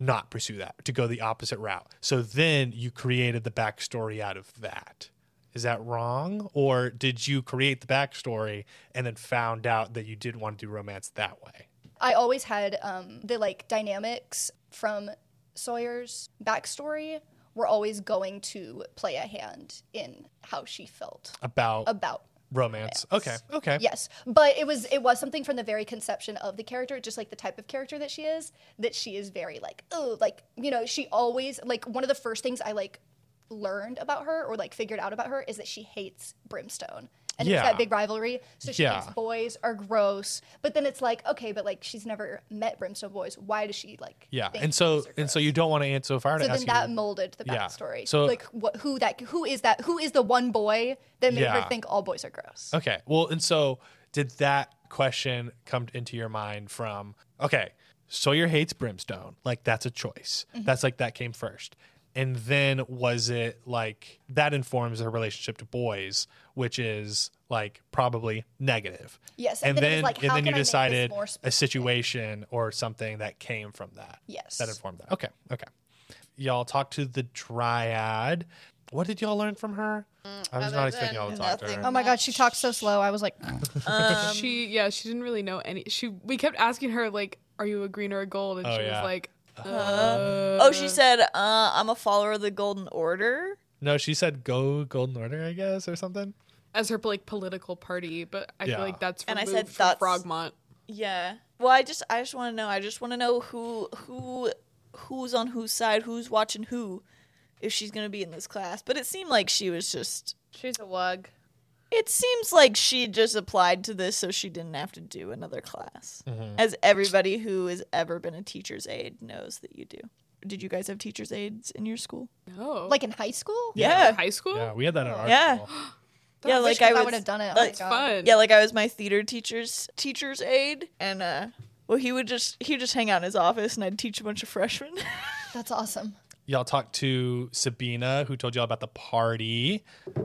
[SPEAKER 1] not pursue that, to go the opposite route. So then you created the backstory out of that. Is that wrong? Or did you create the backstory and then found out that you didn't want to do romance that way?
[SPEAKER 3] I always had um, the like dynamics from Sawyer's backstory were always going to play a hand in how she felt
[SPEAKER 1] About,
[SPEAKER 3] about
[SPEAKER 1] romance. Okay. Okay.
[SPEAKER 3] yes but it was it was something from the very conception of the character just like the type of character that she is that she is very like oh like you know she always like one of the first things i like learned about her or like figured out about her is that she hates brimstone and
[SPEAKER 1] Yeah.
[SPEAKER 3] it's that big rivalry so she
[SPEAKER 1] Yeah.
[SPEAKER 3] thinks boys are gross but then it's like okay but like she's never met brimstone boys why does she like
[SPEAKER 1] Yeah.
[SPEAKER 3] think
[SPEAKER 1] And so,
[SPEAKER 3] boys are
[SPEAKER 1] and so
[SPEAKER 3] gross?
[SPEAKER 1] you don't want to answer. So if I were
[SPEAKER 3] so
[SPEAKER 1] to ask
[SPEAKER 3] then
[SPEAKER 1] you,
[SPEAKER 3] that molded the
[SPEAKER 1] Yeah.
[SPEAKER 3] backstory
[SPEAKER 1] So-
[SPEAKER 3] like what who that who is that who is the one boy that made
[SPEAKER 1] Yeah.
[SPEAKER 3] her think all boys are gross
[SPEAKER 1] Okay. Well, and so did that question come into your mind
[SPEAKER 3] Mm-hmm.
[SPEAKER 1] from, okay, Sawyer hates brimstone. Like, that's a choice. That's like, that came first. And then was it like that informs her relationship to boys, which is like probably negative.
[SPEAKER 3] Yes,
[SPEAKER 1] And,
[SPEAKER 3] and then it's
[SPEAKER 1] then,
[SPEAKER 3] like,
[SPEAKER 1] and
[SPEAKER 3] how
[SPEAKER 1] then
[SPEAKER 3] can
[SPEAKER 1] you
[SPEAKER 3] I make this
[SPEAKER 1] decided
[SPEAKER 3] more
[SPEAKER 1] a
[SPEAKER 3] specific?
[SPEAKER 1] situation or something that came from that.
[SPEAKER 3] Yes.
[SPEAKER 1] That informed that. Okay. Okay. Y'all talk to the dryad. What did y'all learn from her? I was
[SPEAKER 5] Mm, other
[SPEAKER 1] not expecting
[SPEAKER 5] than
[SPEAKER 1] y'all to talk to
[SPEAKER 4] nothing.
[SPEAKER 1] her.
[SPEAKER 3] Oh my god, she talked so slow. I was like,
[SPEAKER 4] Um,
[SPEAKER 6] she yeah, she didn't really know any. She we kept asking her like, "Are you a green or a gold?" And
[SPEAKER 1] Oh,
[SPEAKER 6] she
[SPEAKER 1] yeah.
[SPEAKER 6] was like,
[SPEAKER 4] Oh, she said, uh, I'm a follower of the Golden Order.
[SPEAKER 1] No, she said go Golden Order, I guess, or something.
[SPEAKER 6] as her like political party, but I
[SPEAKER 1] Yeah.
[SPEAKER 6] feel like that's
[SPEAKER 4] And I
[SPEAKER 6] removed
[SPEAKER 4] said
[SPEAKER 6] from
[SPEAKER 4] that's-
[SPEAKER 6] Frogmont.
[SPEAKER 4] Yeah. Well, I just I just want to know. I just want to know who who who's on whose side, who's watching who, if she's gonna be in this class. But it seemed like she was just.
[SPEAKER 5] She's a wug.
[SPEAKER 4] It seems like she just applied to this so she didn't have to do another class. As everybody who has ever been a teacher's aide knows that you do. Did you guys have teacher's aides in your school?
[SPEAKER 6] No,
[SPEAKER 3] like in high school?
[SPEAKER 4] Yeah.
[SPEAKER 6] high school.
[SPEAKER 1] Yeah, we had that in our
[SPEAKER 4] Yeah.
[SPEAKER 1] school.
[SPEAKER 4] yeah,
[SPEAKER 3] wish
[SPEAKER 4] like I,
[SPEAKER 3] I
[SPEAKER 4] was,
[SPEAKER 3] would've done it. Oh my
[SPEAKER 4] Like,
[SPEAKER 3] God.
[SPEAKER 6] Fun.
[SPEAKER 4] yeah, like I was my theater teacher's teacher's aide, and uh, well, he would just he would just hang out in his office, and I'd teach a bunch of freshmen.
[SPEAKER 3] That's awesome.
[SPEAKER 1] Y'all talked to Sabina, who told y'all about the party.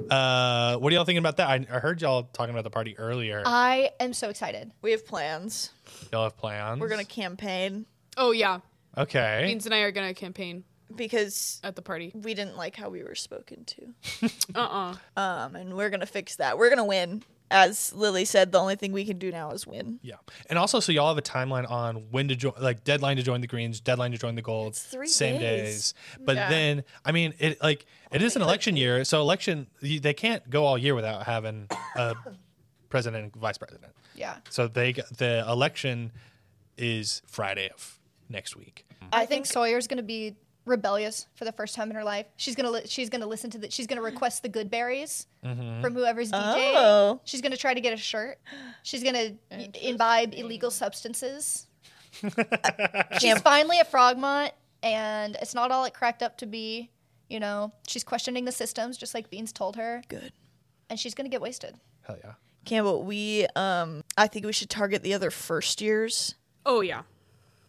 [SPEAKER 1] Uh, what are y'all thinking about that? I, I heard y'all talking about the party earlier.
[SPEAKER 4] Uh,
[SPEAKER 3] I am so excited.
[SPEAKER 4] we have plans.
[SPEAKER 1] y'all have plans.
[SPEAKER 4] We're gonna campaign
[SPEAKER 6] Oh yeah,
[SPEAKER 1] Okay.
[SPEAKER 6] Beans and I are gonna campaign
[SPEAKER 4] because
[SPEAKER 6] at the party.
[SPEAKER 4] we didn't like how we were spoken to,
[SPEAKER 6] Uh uh
[SPEAKER 4] um, and we're gonna fix that. We're gonna win. As Lily said, the only thing we can do now is win.
[SPEAKER 1] yeah, and also, so y'all have a timeline on when to join, like deadline to join the Greens, deadline to join the Golds,
[SPEAKER 4] three
[SPEAKER 1] same
[SPEAKER 4] days.
[SPEAKER 1] days. But then, I mean, it like it is an election year, so election you- they can't go all year without having a president and vice president.
[SPEAKER 3] Yeah.
[SPEAKER 1] So they g- the election is Friday of next week.
[SPEAKER 3] I think Sawyer's gonna be rebellious for the first time in her life. She's gonna li- she's gonna listen to the she's gonna request the good berries from whoever's DJing.
[SPEAKER 4] Oh.
[SPEAKER 3] She's gonna try to get a shirt. She's gonna y- imbibe illegal substances. she's finally at Frogmont, and it's not all it cracked up to be. You know, she's questioning the systems, just like Beans told her,
[SPEAKER 4] Good.
[SPEAKER 3] and she's gonna get wasted.
[SPEAKER 1] Hell yeah.
[SPEAKER 4] Campbell, we um, I think we should target the other first years
[SPEAKER 6] Oh yeah,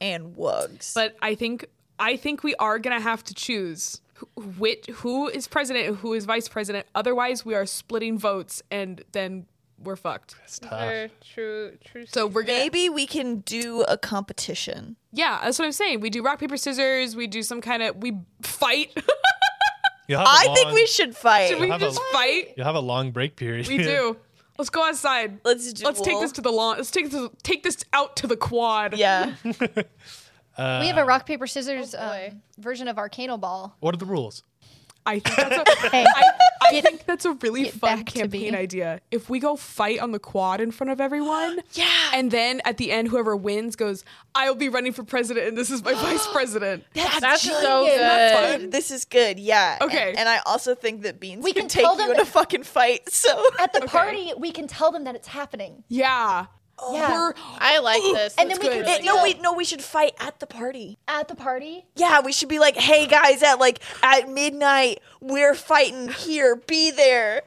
[SPEAKER 4] and wugs.
[SPEAKER 6] but I think I think we are gonna have to choose wh- which who is president and who is vice president. Otherwise, we are splitting votes, and then we're fucked.
[SPEAKER 1] It's tough.
[SPEAKER 5] Her true, true.
[SPEAKER 6] So we're gonna
[SPEAKER 4] maybe we can do a competition.
[SPEAKER 6] yeah. That's what I'm saying. We do rock paper scissors. We do some kind of we fight.
[SPEAKER 1] You'll have a
[SPEAKER 4] I think
[SPEAKER 1] long-
[SPEAKER 4] we should fight.
[SPEAKER 6] Should we
[SPEAKER 1] have a-
[SPEAKER 6] just fight?
[SPEAKER 1] You'll have a long break period.
[SPEAKER 6] We do. Let's go outside.
[SPEAKER 4] Let's do
[SPEAKER 6] Let's take
[SPEAKER 4] wool.
[SPEAKER 6] this to the lawn. Let's take this take this out to the quad.
[SPEAKER 4] Yeah.
[SPEAKER 3] we have a rock paper scissors
[SPEAKER 5] boy.
[SPEAKER 3] um, version of Arcano Ball.
[SPEAKER 1] what are the rules?
[SPEAKER 6] I think that's a,
[SPEAKER 3] Hey,
[SPEAKER 6] I think that's a really
[SPEAKER 3] get
[SPEAKER 6] fun
[SPEAKER 3] back to
[SPEAKER 6] campaign
[SPEAKER 3] me.
[SPEAKER 6] idea. If we go fight on the quad in front of everyone, yeah, and then at the end, whoever wins goes, "I'll be running for president, and this is my vice president."
[SPEAKER 5] That's so
[SPEAKER 3] genius.
[SPEAKER 5] good.
[SPEAKER 6] That's
[SPEAKER 4] This is good, yeah.
[SPEAKER 6] Okay.
[SPEAKER 4] And, and I also think that Beans
[SPEAKER 3] We
[SPEAKER 4] we can,
[SPEAKER 3] can
[SPEAKER 4] take
[SPEAKER 3] tell them
[SPEAKER 4] you in a
[SPEAKER 3] that-
[SPEAKER 4] fucking fight. So
[SPEAKER 3] at the party, we can tell them that it's happening.
[SPEAKER 6] Yeah,
[SPEAKER 3] yeah,
[SPEAKER 6] we're
[SPEAKER 5] I like this.
[SPEAKER 3] and
[SPEAKER 5] That's
[SPEAKER 3] then we
[SPEAKER 5] good.
[SPEAKER 3] can
[SPEAKER 4] It-
[SPEAKER 3] steal
[SPEAKER 4] Eh, no, we no, we should fight at the party.
[SPEAKER 3] at the party.
[SPEAKER 4] Yeah, we should be like, hey guys, at like at midnight, we're fighting here. Be there.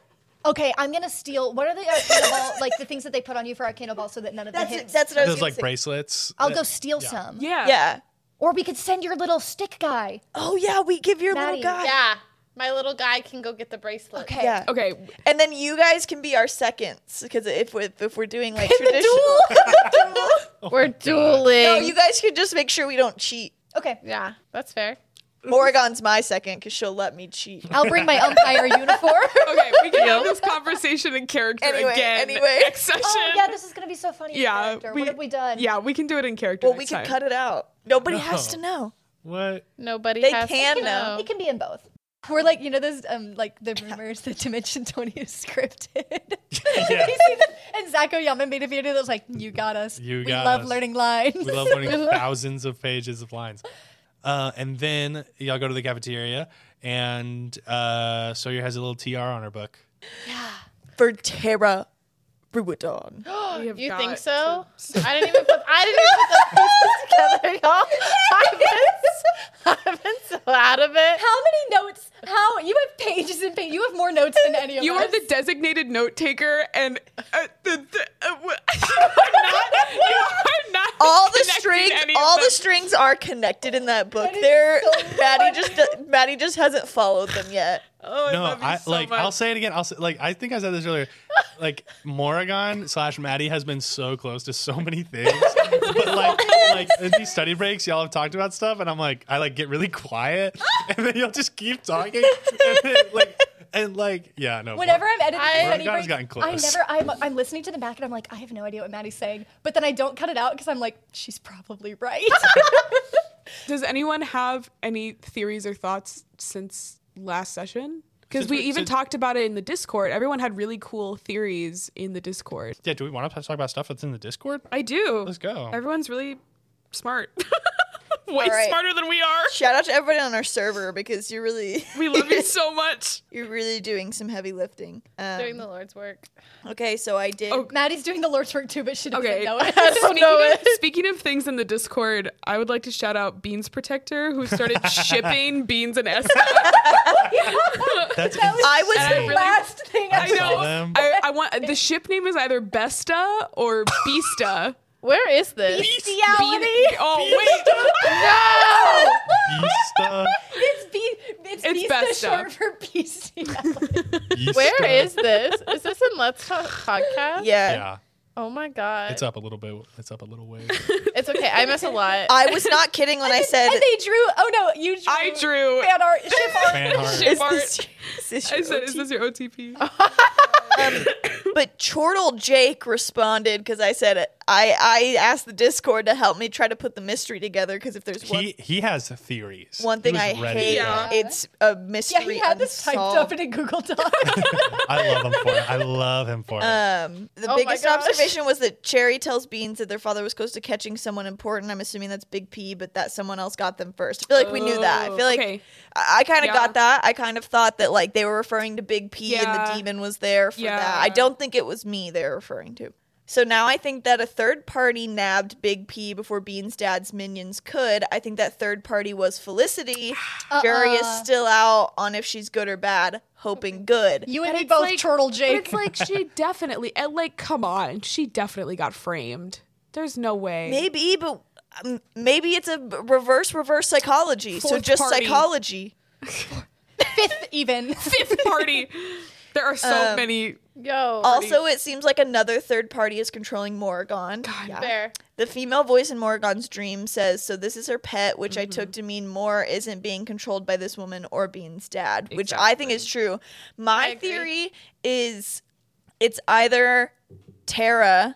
[SPEAKER 3] Okay, I'm gonna steal. What are the Arcano Ball like the things that they put on you for Arcano Ball so that none of
[SPEAKER 4] That's
[SPEAKER 3] the
[SPEAKER 4] it,
[SPEAKER 3] hits?
[SPEAKER 4] that's what I was
[SPEAKER 1] Those
[SPEAKER 4] gonna
[SPEAKER 1] like
[SPEAKER 4] say.
[SPEAKER 1] bracelets.
[SPEAKER 3] I'll go steal some.
[SPEAKER 6] yeah,
[SPEAKER 4] Yeah.
[SPEAKER 3] Or we could send your little stick guy.
[SPEAKER 4] Oh yeah, we give your
[SPEAKER 3] Maddie,
[SPEAKER 4] little guy.
[SPEAKER 5] Yeah, my little guy can go get the bracelet.
[SPEAKER 3] Okay.
[SPEAKER 4] Yeah.
[SPEAKER 6] Okay,
[SPEAKER 4] And then you guys can be our seconds because if we're, if we're doing like
[SPEAKER 5] the
[SPEAKER 4] traditional,
[SPEAKER 5] We're dueling.
[SPEAKER 4] no, Oh, you guys can just make sure we don't cheat.
[SPEAKER 3] Okay.
[SPEAKER 5] yeah, that's fair.
[SPEAKER 4] Morrigan's my second because she'll let me cheat.
[SPEAKER 3] I'll bring my umpire uniform.
[SPEAKER 6] okay, we can have this conversation in character
[SPEAKER 4] Anyway,
[SPEAKER 6] again.
[SPEAKER 4] anyway.
[SPEAKER 6] next session.
[SPEAKER 3] Oh yeah, this is gonna be so funny.
[SPEAKER 6] Yeah,
[SPEAKER 3] Yeah. what have we done?
[SPEAKER 6] Yeah, we can do it in character.
[SPEAKER 4] Well, we
[SPEAKER 6] next
[SPEAKER 4] can
[SPEAKER 6] time.
[SPEAKER 4] cut it out. Nobody has
[SPEAKER 1] No.
[SPEAKER 4] to know.
[SPEAKER 1] What?
[SPEAKER 5] Nobody
[SPEAKER 4] They
[SPEAKER 5] has
[SPEAKER 4] can
[SPEAKER 5] to
[SPEAKER 4] now.
[SPEAKER 5] know.
[SPEAKER 3] It can be in both. We're like, you know, those um, like the rumors that Dimension Twenty is scripted.
[SPEAKER 1] Yeah.
[SPEAKER 3] You see that? and Zach Oyama made a video that was like, "You got us.
[SPEAKER 1] You
[SPEAKER 3] we
[SPEAKER 1] got
[SPEAKER 3] love
[SPEAKER 1] us.
[SPEAKER 3] learning lines."
[SPEAKER 1] We love learning thousands of pages of lines. Uh, and then y'all go to the cafeteria, and uh, Sawyer has a little TR on her book.
[SPEAKER 4] For Terra Ruidon.
[SPEAKER 6] We have
[SPEAKER 5] You
[SPEAKER 6] got
[SPEAKER 5] think
[SPEAKER 6] to-
[SPEAKER 5] so? I didn't even put. I didn't even put the pieces together, y'all. I've been, so- I've been so out of it.
[SPEAKER 3] How many notes? How you have pages and pages? You have more notes than any of
[SPEAKER 6] You
[SPEAKER 3] us.
[SPEAKER 6] are the designated note taker, and uh, the, the, uh, w- you are not. You are not
[SPEAKER 4] All the
[SPEAKER 6] connecting seen
[SPEAKER 4] strings,
[SPEAKER 6] any of
[SPEAKER 4] all the
[SPEAKER 6] them.
[SPEAKER 4] strings are connected in that book. They're Maddie just do- Maddie just hasn't followed them yet.
[SPEAKER 6] Oh, I
[SPEAKER 1] no,
[SPEAKER 6] love you
[SPEAKER 1] I
[SPEAKER 6] so
[SPEAKER 1] like.
[SPEAKER 6] much.
[SPEAKER 1] I'll say it again. I'll say, like. I think I said this earlier. Like Morrigan slash Maddie has been so close to so many things, but like, like in these study breaks, y'all have talked about stuff, and I'm like, I like get really quiet, and then you'll just keep talking, and then, like, and like, yeah, no.
[SPEAKER 3] Whenever I'm editing,
[SPEAKER 5] I-
[SPEAKER 3] any
[SPEAKER 1] Morrigan's
[SPEAKER 3] breaks,
[SPEAKER 1] gotten
[SPEAKER 3] I
[SPEAKER 1] close.
[SPEAKER 3] never. I'm, I'm listening to the back, and I'm like, I have no idea what Maddie's saying. But then I don't cut it out because I'm like, she's probably right.
[SPEAKER 6] Does anyone have any theories or thoughts since last session? Because
[SPEAKER 1] Since
[SPEAKER 6] we
[SPEAKER 1] we-
[SPEAKER 6] even
[SPEAKER 1] since-
[SPEAKER 6] talked about it in the Discord. Everyone had really cool theories in the Discord.
[SPEAKER 1] yeah, do we want to talk about stuff that's in the Discord?
[SPEAKER 6] I do.
[SPEAKER 1] Let's go.
[SPEAKER 6] Everyone's really smart. Way
[SPEAKER 4] right.
[SPEAKER 6] smarter than we are.
[SPEAKER 4] Shout out to everybody on our server because you're really
[SPEAKER 6] We love you so much.
[SPEAKER 4] you're really doing some heavy lifting. Um,
[SPEAKER 5] Doing the Lord's work.
[SPEAKER 4] okay, so I did.
[SPEAKER 6] Oh,
[SPEAKER 3] Maddie's doing the Lord's work too, but she doesn't
[SPEAKER 6] Okay.
[SPEAKER 3] know it.
[SPEAKER 6] Speaking, of, speaking of things in the Discord, I would like to shout out Beans Protector, who started shipping Beans and Esther.
[SPEAKER 1] That's
[SPEAKER 4] I was
[SPEAKER 1] insane.
[SPEAKER 6] really-
[SPEAKER 3] Last thing I,
[SPEAKER 6] I
[SPEAKER 1] saw
[SPEAKER 6] know.
[SPEAKER 1] them.
[SPEAKER 6] I, I want the ship name is either Besta or Beesta.
[SPEAKER 5] Where is this?
[SPEAKER 6] Bean- oh wait.
[SPEAKER 1] Beasta,
[SPEAKER 3] It's be it's,
[SPEAKER 6] It's
[SPEAKER 3] Beasta
[SPEAKER 6] best
[SPEAKER 3] short
[SPEAKER 6] stuff.
[SPEAKER 3] for bestiality.
[SPEAKER 1] Beasta.
[SPEAKER 5] Where is this? Is this in Let's Talk podcast?
[SPEAKER 4] yeah.
[SPEAKER 1] Yeah,
[SPEAKER 5] Oh my god.
[SPEAKER 1] it's up a little bit. It's up a little way.
[SPEAKER 5] It's okay. I mess a lot.
[SPEAKER 4] I was not kidding when I said
[SPEAKER 3] and they drew. Oh no, you drew.
[SPEAKER 6] I drew.
[SPEAKER 3] fan art, ship art.
[SPEAKER 1] Fan heart.
[SPEAKER 6] Ship
[SPEAKER 4] is
[SPEAKER 6] art.
[SPEAKER 4] this, is this
[SPEAKER 6] I
[SPEAKER 4] your
[SPEAKER 6] said,
[SPEAKER 4] OT?
[SPEAKER 6] is this your OTP?
[SPEAKER 4] But Chortle Jake responded because I said I I asked the Discord to help me try to put the mystery together because if there's one
[SPEAKER 1] He he has theories.
[SPEAKER 4] one
[SPEAKER 1] He
[SPEAKER 4] thing
[SPEAKER 1] was
[SPEAKER 4] I
[SPEAKER 1] ready.
[SPEAKER 4] hate,
[SPEAKER 6] Yeah.
[SPEAKER 4] it's a
[SPEAKER 3] Yeah,
[SPEAKER 4] mystery.
[SPEAKER 3] he had this typed up
[SPEAKER 4] unsolved.
[SPEAKER 3] in a Google Doc.
[SPEAKER 1] I love him for it. I love him for it.
[SPEAKER 3] Uh,
[SPEAKER 4] Um, the
[SPEAKER 5] Oh my
[SPEAKER 4] biggest
[SPEAKER 5] gosh.
[SPEAKER 4] observation was that Cherry tells Beans that their father was close to catching someone important. I'm assuming that's Big P, but that someone else got them first. I feel like we knew that. I
[SPEAKER 6] Oh,
[SPEAKER 4] feel like
[SPEAKER 6] okay.
[SPEAKER 4] I, I kind of
[SPEAKER 6] Yeah.
[SPEAKER 4] got that. I kind of thought that like they were referring to Big P and
[SPEAKER 6] Yeah.
[SPEAKER 4] the demon was there for
[SPEAKER 6] Yeah.
[SPEAKER 4] that. I don't think it was me they were referring to. So now I think that a third party nabbed Big P before Bean's dad's minions could. I think that third party was Felicity. Jerry is
[SPEAKER 3] Uh,
[SPEAKER 4] still out on if she's good or bad, hoping good.
[SPEAKER 3] you and
[SPEAKER 6] And
[SPEAKER 3] me
[SPEAKER 6] it's
[SPEAKER 3] both,
[SPEAKER 6] like-
[SPEAKER 3] Chortle
[SPEAKER 6] But
[SPEAKER 3] Jake.
[SPEAKER 6] it's like she definitely, and like, come on, she definitely got framed. There's no way.
[SPEAKER 4] Maybe, but um, maybe it's a b- reverse reverse psychology. so
[SPEAKER 6] Fourth
[SPEAKER 4] just
[SPEAKER 6] party.
[SPEAKER 4] psychology.
[SPEAKER 3] Fifth, even.
[SPEAKER 6] Fifth party. There are so many.
[SPEAKER 5] Yo.
[SPEAKER 4] Also, it seems like another third party is controlling Morrigan. Yeah.
[SPEAKER 5] Fair.
[SPEAKER 4] The female voice in Morrigan's dream says, "So this is her pet, which I
[SPEAKER 6] Mm-hmm.
[SPEAKER 4] took to mean more isn't being controlled by this woman or Bean's dad," which I think is true. My
[SPEAKER 5] agree.
[SPEAKER 4] theory is it's either Tara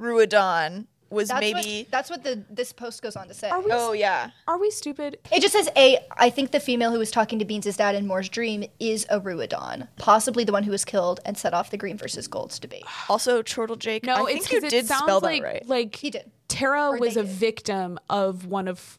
[SPEAKER 4] Ruadon was
[SPEAKER 3] That's
[SPEAKER 4] maybe.
[SPEAKER 3] What, that's what the this post goes on to say.
[SPEAKER 4] oh yeah.
[SPEAKER 6] Are we stupid?
[SPEAKER 3] It just says a. I think the female who was talking to Beans' dad in Moore's dream is a Ruidon, possibly the one who was killed and set off the green versus golds debate.
[SPEAKER 4] Also, Chortle Jake.
[SPEAKER 6] No,
[SPEAKER 4] I
[SPEAKER 6] it's
[SPEAKER 4] think you
[SPEAKER 6] because it
[SPEAKER 4] did
[SPEAKER 6] sounds
[SPEAKER 4] spell
[SPEAKER 6] like
[SPEAKER 4] that right.
[SPEAKER 6] like
[SPEAKER 3] He did.
[SPEAKER 6] Tara
[SPEAKER 3] Or
[SPEAKER 6] was
[SPEAKER 3] they
[SPEAKER 6] a
[SPEAKER 3] did.
[SPEAKER 6] victim of one of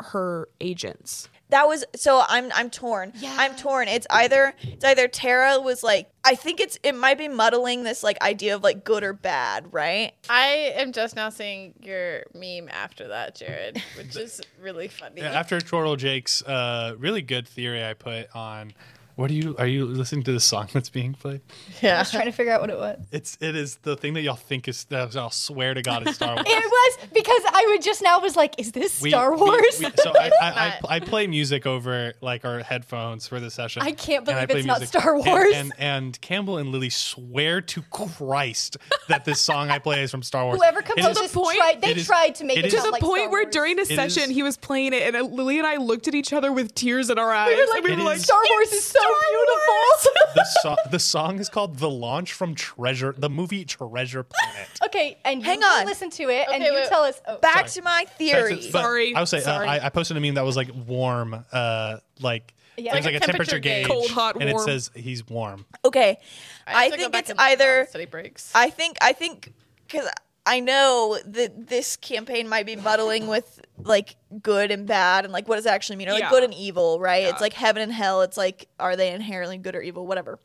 [SPEAKER 6] her agents.
[SPEAKER 4] That was so I'm I'm torn. I'm torn. It's either it's either Tara was like I think it's it might be muddling this like idea of like good or bad, right?
[SPEAKER 5] I am just now seeing your meme after that, Jared, which is really funny.
[SPEAKER 1] Yeah, after Chortle Jake's uh, really good theory I put on what do you are you listening to the song that's being played?
[SPEAKER 3] I was trying to figure out what it was.
[SPEAKER 1] It's it is the thing that y'all think is that I'll swear to God it's Star Wars.
[SPEAKER 3] It was because I would just now was like, is this
[SPEAKER 1] We-
[SPEAKER 3] Star
[SPEAKER 1] we-
[SPEAKER 3] Wars?
[SPEAKER 1] we- so I, I, I, I play music over like our headphones for the session.
[SPEAKER 3] I can't
[SPEAKER 1] and
[SPEAKER 3] believe
[SPEAKER 1] play
[SPEAKER 3] it's not Star Wars.
[SPEAKER 1] And, and and Campbell and Lily swear to Christ that this song I play is from Star Wars.
[SPEAKER 3] Whoever
[SPEAKER 1] It is-
[SPEAKER 3] composed this
[SPEAKER 6] point-
[SPEAKER 3] tried. They
[SPEAKER 1] it is-
[SPEAKER 3] tried to make
[SPEAKER 1] it
[SPEAKER 3] it,
[SPEAKER 1] is-
[SPEAKER 6] to
[SPEAKER 1] Not
[SPEAKER 6] the
[SPEAKER 3] sound like
[SPEAKER 6] point
[SPEAKER 3] Star
[SPEAKER 6] where
[SPEAKER 3] Wars.
[SPEAKER 6] during the
[SPEAKER 1] It
[SPEAKER 6] session
[SPEAKER 1] is-
[SPEAKER 6] he was playing it, and uh, Lily and I looked at each other with tears in our eyes. and we
[SPEAKER 1] It
[SPEAKER 6] were like,
[SPEAKER 1] is-
[SPEAKER 3] Star Wars is so beautiful.
[SPEAKER 1] the, so- the song is called "The Launch from Treasure," the movie Treasure Planet.
[SPEAKER 3] okay, and you
[SPEAKER 4] Hang
[SPEAKER 3] will
[SPEAKER 4] on.
[SPEAKER 3] listen to it and
[SPEAKER 5] Okay,
[SPEAKER 3] you
[SPEAKER 5] wait.
[SPEAKER 3] tell us. Oh,
[SPEAKER 4] Back to my
[SPEAKER 1] Back
[SPEAKER 4] theory.
[SPEAKER 1] to- but
[SPEAKER 6] Sorry,
[SPEAKER 1] I would say uh,
[SPEAKER 6] sorry.
[SPEAKER 1] I, I posted a meme that was like warm, uh, like
[SPEAKER 3] Yeah.
[SPEAKER 1] there's like, a temperature, gauge,
[SPEAKER 6] Cold, hot,
[SPEAKER 1] and it
[SPEAKER 6] warm.
[SPEAKER 1] says he's warm.
[SPEAKER 4] okay.
[SPEAKER 5] have
[SPEAKER 4] I,
[SPEAKER 5] to go
[SPEAKER 4] think
[SPEAKER 5] back
[SPEAKER 4] it's
[SPEAKER 5] and look at all the
[SPEAKER 4] either
[SPEAKER 5] study breaks.
[SPEAKER 4] I think I think cuz I know that this campaign might be muddling with like good and bad and like what does it actually mean or like
[SPEAKER 6] Yeah.
[SPEAKER 4] good and evil, right? It's like heaven and hell. It's like are they inherently good or evil, whatever.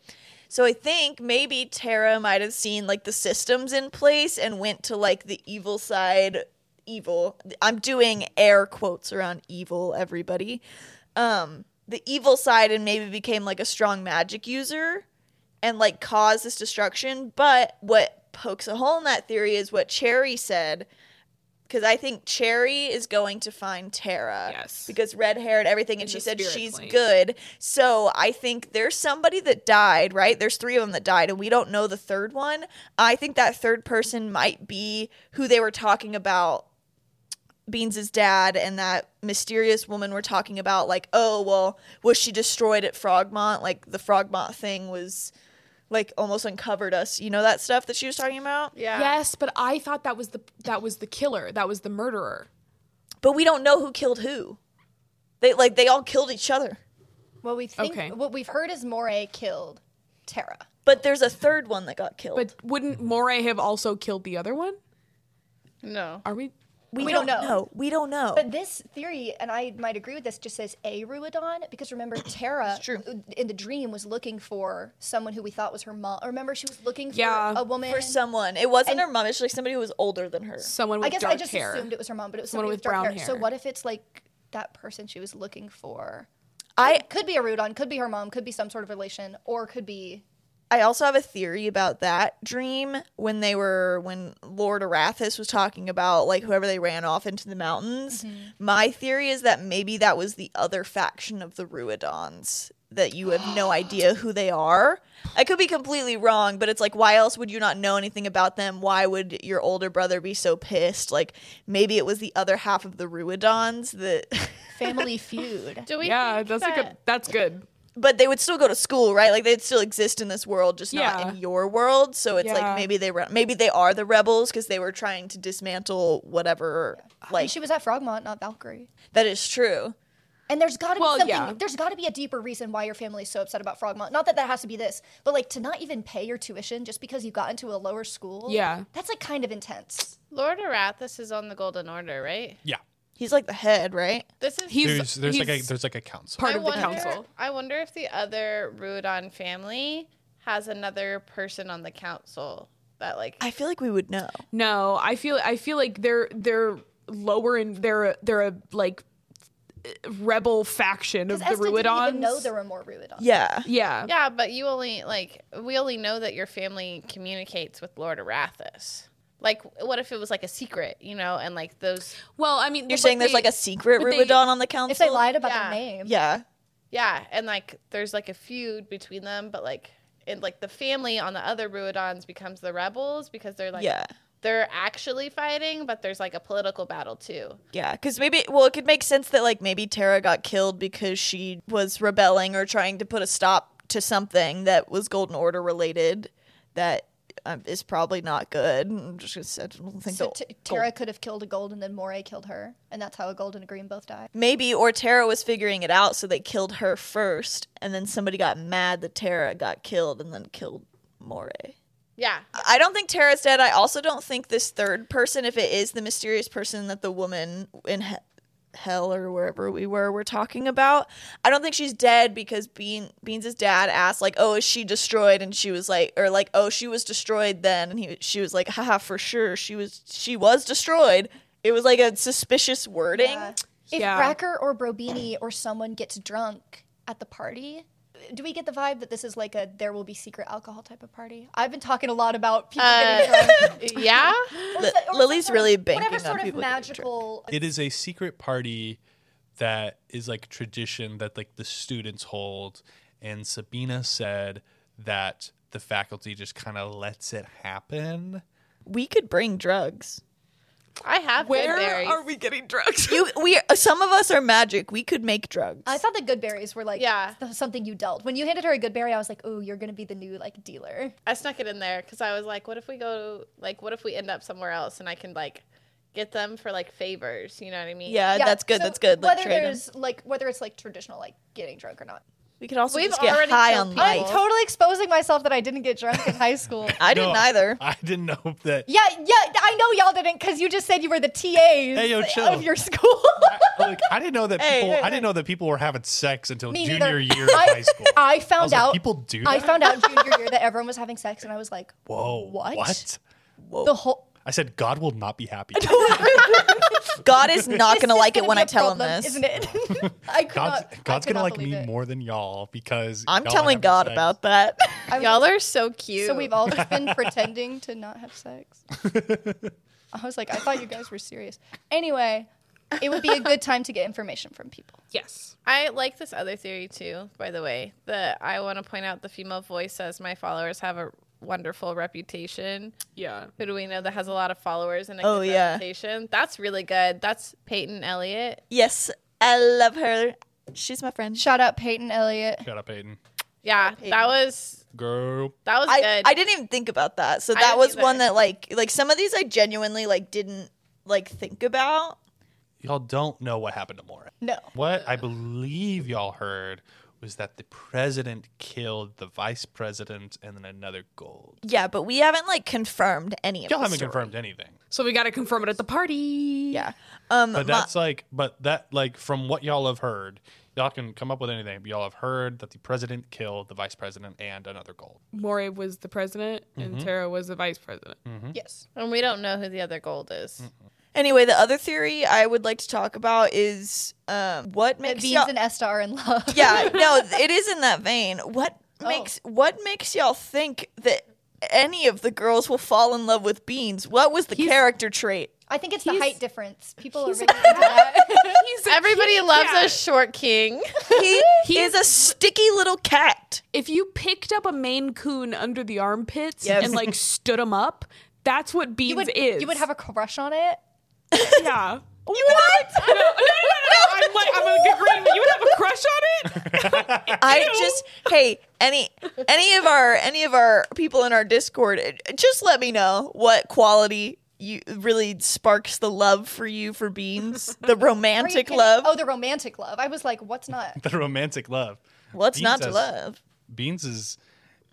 [SPEAKER 4] So I think maybe Tara might have seen like the systems in place and went to like the evil side evil. I'm doing air quotes around evil everybody. Um the evil side and maybe became like a strong magic user and like cause this destruction. But what pokes a hole in that theory is what Cherry said because I think Cherry is going to find Tara.
[SPEAKER 6] Yes.
[SPEAKER 4] Because red hair and everything, and
[SPEAKER 6] In
[SPEAKER 4] she
[SPEAKER 6] the
[SPEAKER 4] said
[SPEAKER 6] spirit
[SPEAKER 4] she's
[SPEAKER 6] plane.
[SPEAKER 4] good. So I think there's somebody that died, right? There's three of them that died, and we don't know the third one. I think that third person might be who they were talking about. Beans' dad and that mysterious woman were talking about, like, oh, well, was she destroyed at Frogmont? Like, the Frogmont thing was, like, almost uncovered us. You know that stuff that she was talking about?
[SPEAKER 5] Yeah.
[SPEAKER 6] Yes, but I thought that was the that was the killer. That was the murderer.
[SPEAKER 4] but we don't know who killed who. They like they all killed each other.
[SPEAKER 3] What we think,
[SPEAKER 6] Okay.
[SPEAKER 3] what we've heard is Moray killed Tara.
[SPEAKER 4] But there's a third one that got killed.
[SPEAKER 6] But wouldn't
[SPEAKER 1] Mm-hmm.
[SPEAKER 6] Moray have also killed the other one?
[SPEAKER 5] No.
[SPEAKER 6] Are we?
[SPEAKER 4] we,
[SPEAKER 3] we
[SPEAKER 4] don't,
[SPEAKER 3] don't
[SPEAKER 4] know.
[SPEAKER 3] know.
[SPEAKER 4] We don't know.
[SPEAKER 3] But this theory, and I might agree with this, just says a Ruidon because remember Tara in the dream was looking for someone who we thought was her mom. Remember she was looking for
[SPEAKER 6] Yeah,
[SPEAKER 3] a woman.
[SPEAKER 4] for someone, it wasn't
[SPEAKER 3] and-
[SPEAKER 4] her mom. It's like somebody who was older than her.
[SPEAKER 6] Someone with
[SPEAKER 3] I guess
[SPEAKER 6] dark
[SPEAKER 3] I just
[SPEAKER 6] hair.
[SPEAKER 3] assumed it was her mom, but it was
[SPEAKER 6] Someone
[SPEAKER 3] someone
[SPEAKER 6] with
[SPEAKER 3] with dark
[SPEAKER 6] brown
[SPEAKER 3] hair. So
[SPEAKER 6] hair.
[SPEAKER 3] what if it's like that person she was looking for?
[SPEAKER 4] I
[SPEAKER 3] Could be a Rudon, could be her mom, could be some sort of relation, or could be
[SPEAKER 4] I also have a theory about that dream when they were when Lord Arathis was talking about like whoever they ran off into the mountains. My theory is that maybe that was the other faction of the Ruidons that you have no idea who they are. I could be completely wrong, but it's like why else would you not know anything about them? Why would your older brother be so pissed? Like maybe it was the other half of the Ruidons that
[SPEAKER 3] family feud.
[SPEAKER 5] Do we?
[SPEAKER 6] Yeah,
[SPEAKER 5] think
[SPEAKER 6] that's a
[SPEAKER 5] that-
[SPEAKER 6] good. That's good.
[SPEAKER 4] but they would still go to school, right? Like they'd still exist in this world, just
[SPEAKER 6] Yeah.
[SPEAKER 4] not in your world. So it's
[SPEAKER 6] Yeah.
[SPEAKER 4] like maybe they re- maybe they are the rebels because they were trying to dismantle whatever.
[SPEAKER 3] Like
[SPEAKER 4] Like
[SPEAKER 3] she was at Frogmont, not Valkyrie.
[SPEAKER 4] that is true.
[SPEAKER 3] And there's got to
[SPEAKER 6] Well,
[SPEAKER 3] be something.
[SPEAKER 6] yeah.
[SPEAKER 3] There's got to be a deeper reason why your family is so upset about Frogmont. Not that that has to be this, but like to not even pay your tuition just because you got into a lower school.
[SPEAKER 6] Yeah.
[SPEAKER 3] that's like kind of intense.
[SPEAKER 5] Lord Arathis is on the Golden Order, right?
[SPEAKER 1] Yeah.
[SPEAKER 4] He's like the head, right?
[SPEAKER 5] This is
[SPEAKER 6] He's
[SPEAKER 1] There's there's like a
[SPEAKER 6] he's
[SPEAKER 1] there's like a council.
[SPEAKER 6] part
[SPEAKER 5] I
[SPEAKER 6] of the
[SPEAKER 5] wonder-
[SPEAKER 6] council.
[SPEAKER 5] I wonder if the other Rudon family has another person on the council that like
[SPEAKER 4] I feel like we would know.
[SPEAKER 6] No, I feel I feel like they're they're lower in they're they're a like rebel faction of the
[SPEAKER 3] Because Esta didn't
[SPEAKER 6] Ruidons.
[SPEAKER 3] even know there were more Ruidons.
[SPEAKER 4] Yeah,
[SPEAKER 6] yeah.
[SPEAKER 5] Yeah, but you only like we only know that your family communicates with Lord Arathis. Like, what if it was like a secret, you know? And like those,
[SPEAKER 6] Well, I mean,
[SPEAKER 4] you're saying there's like a secret
[SPEAKER 6] but they-
[SPEAKER 4] Ruidon on the council.
[SPEAKER 3] If they lied about
[SPEAKER 5] Yeah.
[SPEAKER 3] their name,
[SPEAKER 4] yeah,
[SPEAKER 5] yeah, and like there's like a feud between them, but like, and like the family on the other Ruidons becomes the rebels because they're like,
[SPEAKER 4] yeah.
[SPEAKER 5] they're actually fighting, but there's like a political battle too.
[SPEAKER 4] Yeah, because maybe, well, it could make sense that, like, maybe Tara got killed because she was rebelling or trying to put a stop to something that was Golden Order related that um, is probably not good. I'm just going to say, I don't think
[SPEAKER 3] so
[SPEAKER 4] the-
[SPEAKER 3] T- Tara could have killed a gold, and then Moray killed her, and that's how a gold and a green both died.
[SPEAKER 4] Maybe, or Tara was figuring it out, so they killed her first, and then somebody got mad that Tara got killed and then killed Moray.
[SPEAKER 5] Yeah,
[SPEAKER 4] I don't think Tara's dead. I also don't think this third person, if it is the mysterious person that the woman in he- hell or wherever we were, we're talking about, I don't think she's dead because Bean Beans' dad asked, like, "Oh, is she destroyed?" And she was like, or like, "Oh, she was destroyed then," and he she was like, "Haha, for sure, she was she was destroyed." It was like a suspicious wording.
[SPEAKER 3] If
[SPEAKER 6] Yeah.
[SPEAKER 3] Racker or Brobini or someone gets drunk at the party, do we get the vibe that this is like a there will be secret alcohol type of party? I've been talking a lot about people getting drunk.
[SPEAKER 5] yeah.
[SPEAKER 3] Or so-
[SPEAKER 4] Li-
[SPEAKER 3] or some
[SPEAKER 4] Lily's
[SPEAKER 3] sort of-
[SPEAKER 4] really Uh, banking
[SPEAKER 3] whatever
[SPEAKER 4] on
[SPEAKER 3] sort of
[SPEAKER 4] people getting drunk.
[SPEAKER 3] magical.
[SPEAKER 1] It is a secret party that is like tradition that like the students hold and Sabina said that the faculty just kind of lets it happen.
[SPEAKER 4] We could bring drugs.
[SPEAKER 5] I have
[SPEAKER 6] Where
[SPEAKER 5] Goodberries.
[SPEAKER 6] are we getting drugs?
[SPEAKER 4] You, we, some of us are magic. We could make drugs.
[SPEAKER 3] I thought the good berries were like
[SPEAKER 5] Yeah.
[SPEAKER 3] th- something you dealt. When you handed her a good berry, I was like, "Oh, you're gonna be the new like dealer."
[SPEAKER 5] I snuck it in there because I was like, what if we go, like, what if we end up somewhere else and I can, like, get them for, like, favors? You know what I mean?
[SPEAKER 4] yeah,
[SPEAKER 3] Yeah,
[SPEAKER 4] Uh, that's good.
[SPEAKER 3] so
[SPEAKER 4] that's good. Like,
[SPEAKER 3] Whether
[SPEAKER 4] trade 'em.
[SPEAKER 3] there's like whether it's like traditional like getting drunk or not.
[SPEAKER 4] we could also
[SPEAKER 5] We've
[SPEAKER 4] just get
[SPEAKER 5] already
[SPEAKER 4] high
[SPEAKER 5] killed
[SPEAKER 4] on
[SPEAKER 5] people.
[SPEAKER 4] life.
[SPEAKER 3] I'm totally exposing myself that I didn't get drunk in high school.
[SPEAKER 4] I didn't
[SPEAKER 1] No,
[SPEAKER 4] either.
[SPEAKER 1] I didn't know that.
[SPEAKER 3] Yeah, yeah, I know y'all didn't because you just said you were the TAs
[SPEAKER 1] yo, chill.
[SPEAKER 3] of your school.
[SPEAKER 1] I, like, I didn't know that
[SPEAKER 4] Hey,
[SPEAKER 1] people.
[SPEAKER 4] hey,
[SPEAKER 1] I didn't know that people were having sex until
[SPEAKER 3] Me
[SPEAKER 1] junior
[SPEAKER 3] neither.
[SPEAKER 1] year of high school.
[SPEAKER 3] I
[SPEAKER 1] I
[SPEAKER 3] found
[SPEAKER 1] was like,
[SPEAKER 3] out.
[SPEAKER 1] people do.
[SPEAKER 3] I
[SPEAKER 1] that?
[SPEAKER 3] found out junior year that everyone was having sex, and I was like,
[SPEAKER 1] Whoa!
[SPEAKER 3] what?
[SPEAKER 1] What?
[SPEAKER 3] The whole
[SPEAKER 1] I said God will not be happy.
[SPEAKER 4] God is not going to
[SPEAKER 3] This is
[SPEAKER 4] like it when
[SPEAKER 3] be
[SPEAKER 4] I
[SPEAKER 3] a
[SPEAKER 4] tell
[SPEAKER 3] problem,
[SPEAKER 4] him this.
[SPEAKER 3] isn't it? I
[SPEAKER 1] God's,
[SPEAKER 3] could not, I
[SPEAKER 1] God's gonna
[SPEAKER 3] could not
[SPEAKER 1] like
[SPEAKER 3] believe
[SPEAKER 1] me
[SPEAKER 3] it.
[SPEAKER 1] more than y'all because
[SPEAKER 4] I'm
[SPEAKER 1] y'all are
[SPEAKER 4] telling
[SPEAKER 1] having
[SPEAKER 4] God
[SPEAKER 1] sex.
[SPEAKER 4] about that.
[SPEAKER 3] I was-
[SPEAKER 5] Y'all are so cute.
[SPEAKER 3] So we've all just been pretending to not have sex. I was like, I thought you guys were serious. Anyway, it would be a good time to get information from people.
[SPEAKER 6] Yes.
[SPEAKER 5] I like this other theory too, by the way. That I want to point out the female voice says my followers have a wonderful reputation.
[SPEAKER 6] Yeah.
[SPEAKER 5] Who do we know that has a lot of followers and a
[SPEAKER 4] Oh,
[SPEAKER 5] good
[SPEAKER 4] yeah.
[SPEAKER 5] reputation? That's really good. That's Peyton Elliott.
[SPEAKER 4] Yes, I love her. She's my friend.
[SPEAKER 3] Shout out Peyton Elliott.
[SPEAKER 1] Shut up, Aiden.
[SPEAKER 5] Yeah, that was
[SPEAKER 1] Girl.
[SPEAKER 5] that was
[SPEAKER 4] I,
[SPEAKER 5] good.
[SPEAKER 4] I didn't even think about that. So that
[SPEAKER 5] I didn't
[SPEAKER 4] was one
[SPEAKER 5] either.
[SPEAKER 4] that like like some of these I genuinely like didn't like think about.
[SPEAKER 1] Y'all don't know what happened to Laura.
[SPEAKER 3] No.
[SPEAKER 1] What I believe y'all heard was that the president killed the vice president and then another gold.
[SPEAKER 4] Yeah, but we haven't like confirmed any of
[SPEAKER 1] Y'all
[SPEAKER 4] the
[SPEAKER 1] haven't
[SPEAKER 4] story.
[SPEAKER 1] confirmed anything.
[SPEAKER 6] So we got to confirm it at the party.
[SPEAKER 4] Yeah. Um
[SPEAKER 1] But
[SPEAKER 4] my-
[SPEAKER 1] that's like, but that, like, from what y'all have heard, y'all can come up with anything. But y'all have heard that the president killed the vice president and another gold.
[SPEAKER 6] Morey was the president and Tara was the vice president.
[SPEAKER 3] Yes.
[SPEAKER 5] and we don't know who the other gold is.
[SPEAKER 4] anyway, the other theory I would like to talk about is um what
[SPEAKER 3] That
[SPEAKER 4] makes
[SPEAKER 3] Beans
[SPEAKER 4] y'all
[SPEAKER 3] and Esta are in love.
[SPEAKER 4] Yeah, no, it is in that vein. What makes what makes y'all think that any of the girls will fall in love with Beans? What was the character trait?
[SPEAKER 3] I think it's the height difference. People are really into
[SPEAKER 5] Everybody loves
[SPEAKER 6] cat.
[SPEAKER 5] a short king.
[SPEAKER 4] He, he is a sticky little cat.
[SPEAKER 6] If you picked up a Maine Coon under the armpits
[SPEAKER 4] Yes.
[SPEAKER 6] and like stood him up, that's what Beans
[SPEAKER 3] You would,
[SPEAKER 6] is.
[SPEAKER 3] you would have a crush on it.
[SPEAKER 6] yeah.
[SPEAKER 4] What?
[SPEAKER 6] Oh, No, no, no, no, no. I'm like, I'm agreeing. You would have a crush on it?
[SPEAKER 4] I just hey any any of our any of our people in our Discord, uh, just let me know what quality you really sparks the love for you for beans, the
[SPEAKER 3] Are you
[SPEAKER 4] romantic
[SPEAKER 3] kidding?
[SPEAKER 4] love.
[SPEAKER 3] Oh, the romantic love. I was like, what's not?
[SPEAKER 1] The romantic love.
[SPEAKER 4] What's not to
[SPEAKER 1] Jesus.
[SPEAKER 4] love?
[SPEAKER 1] Beans is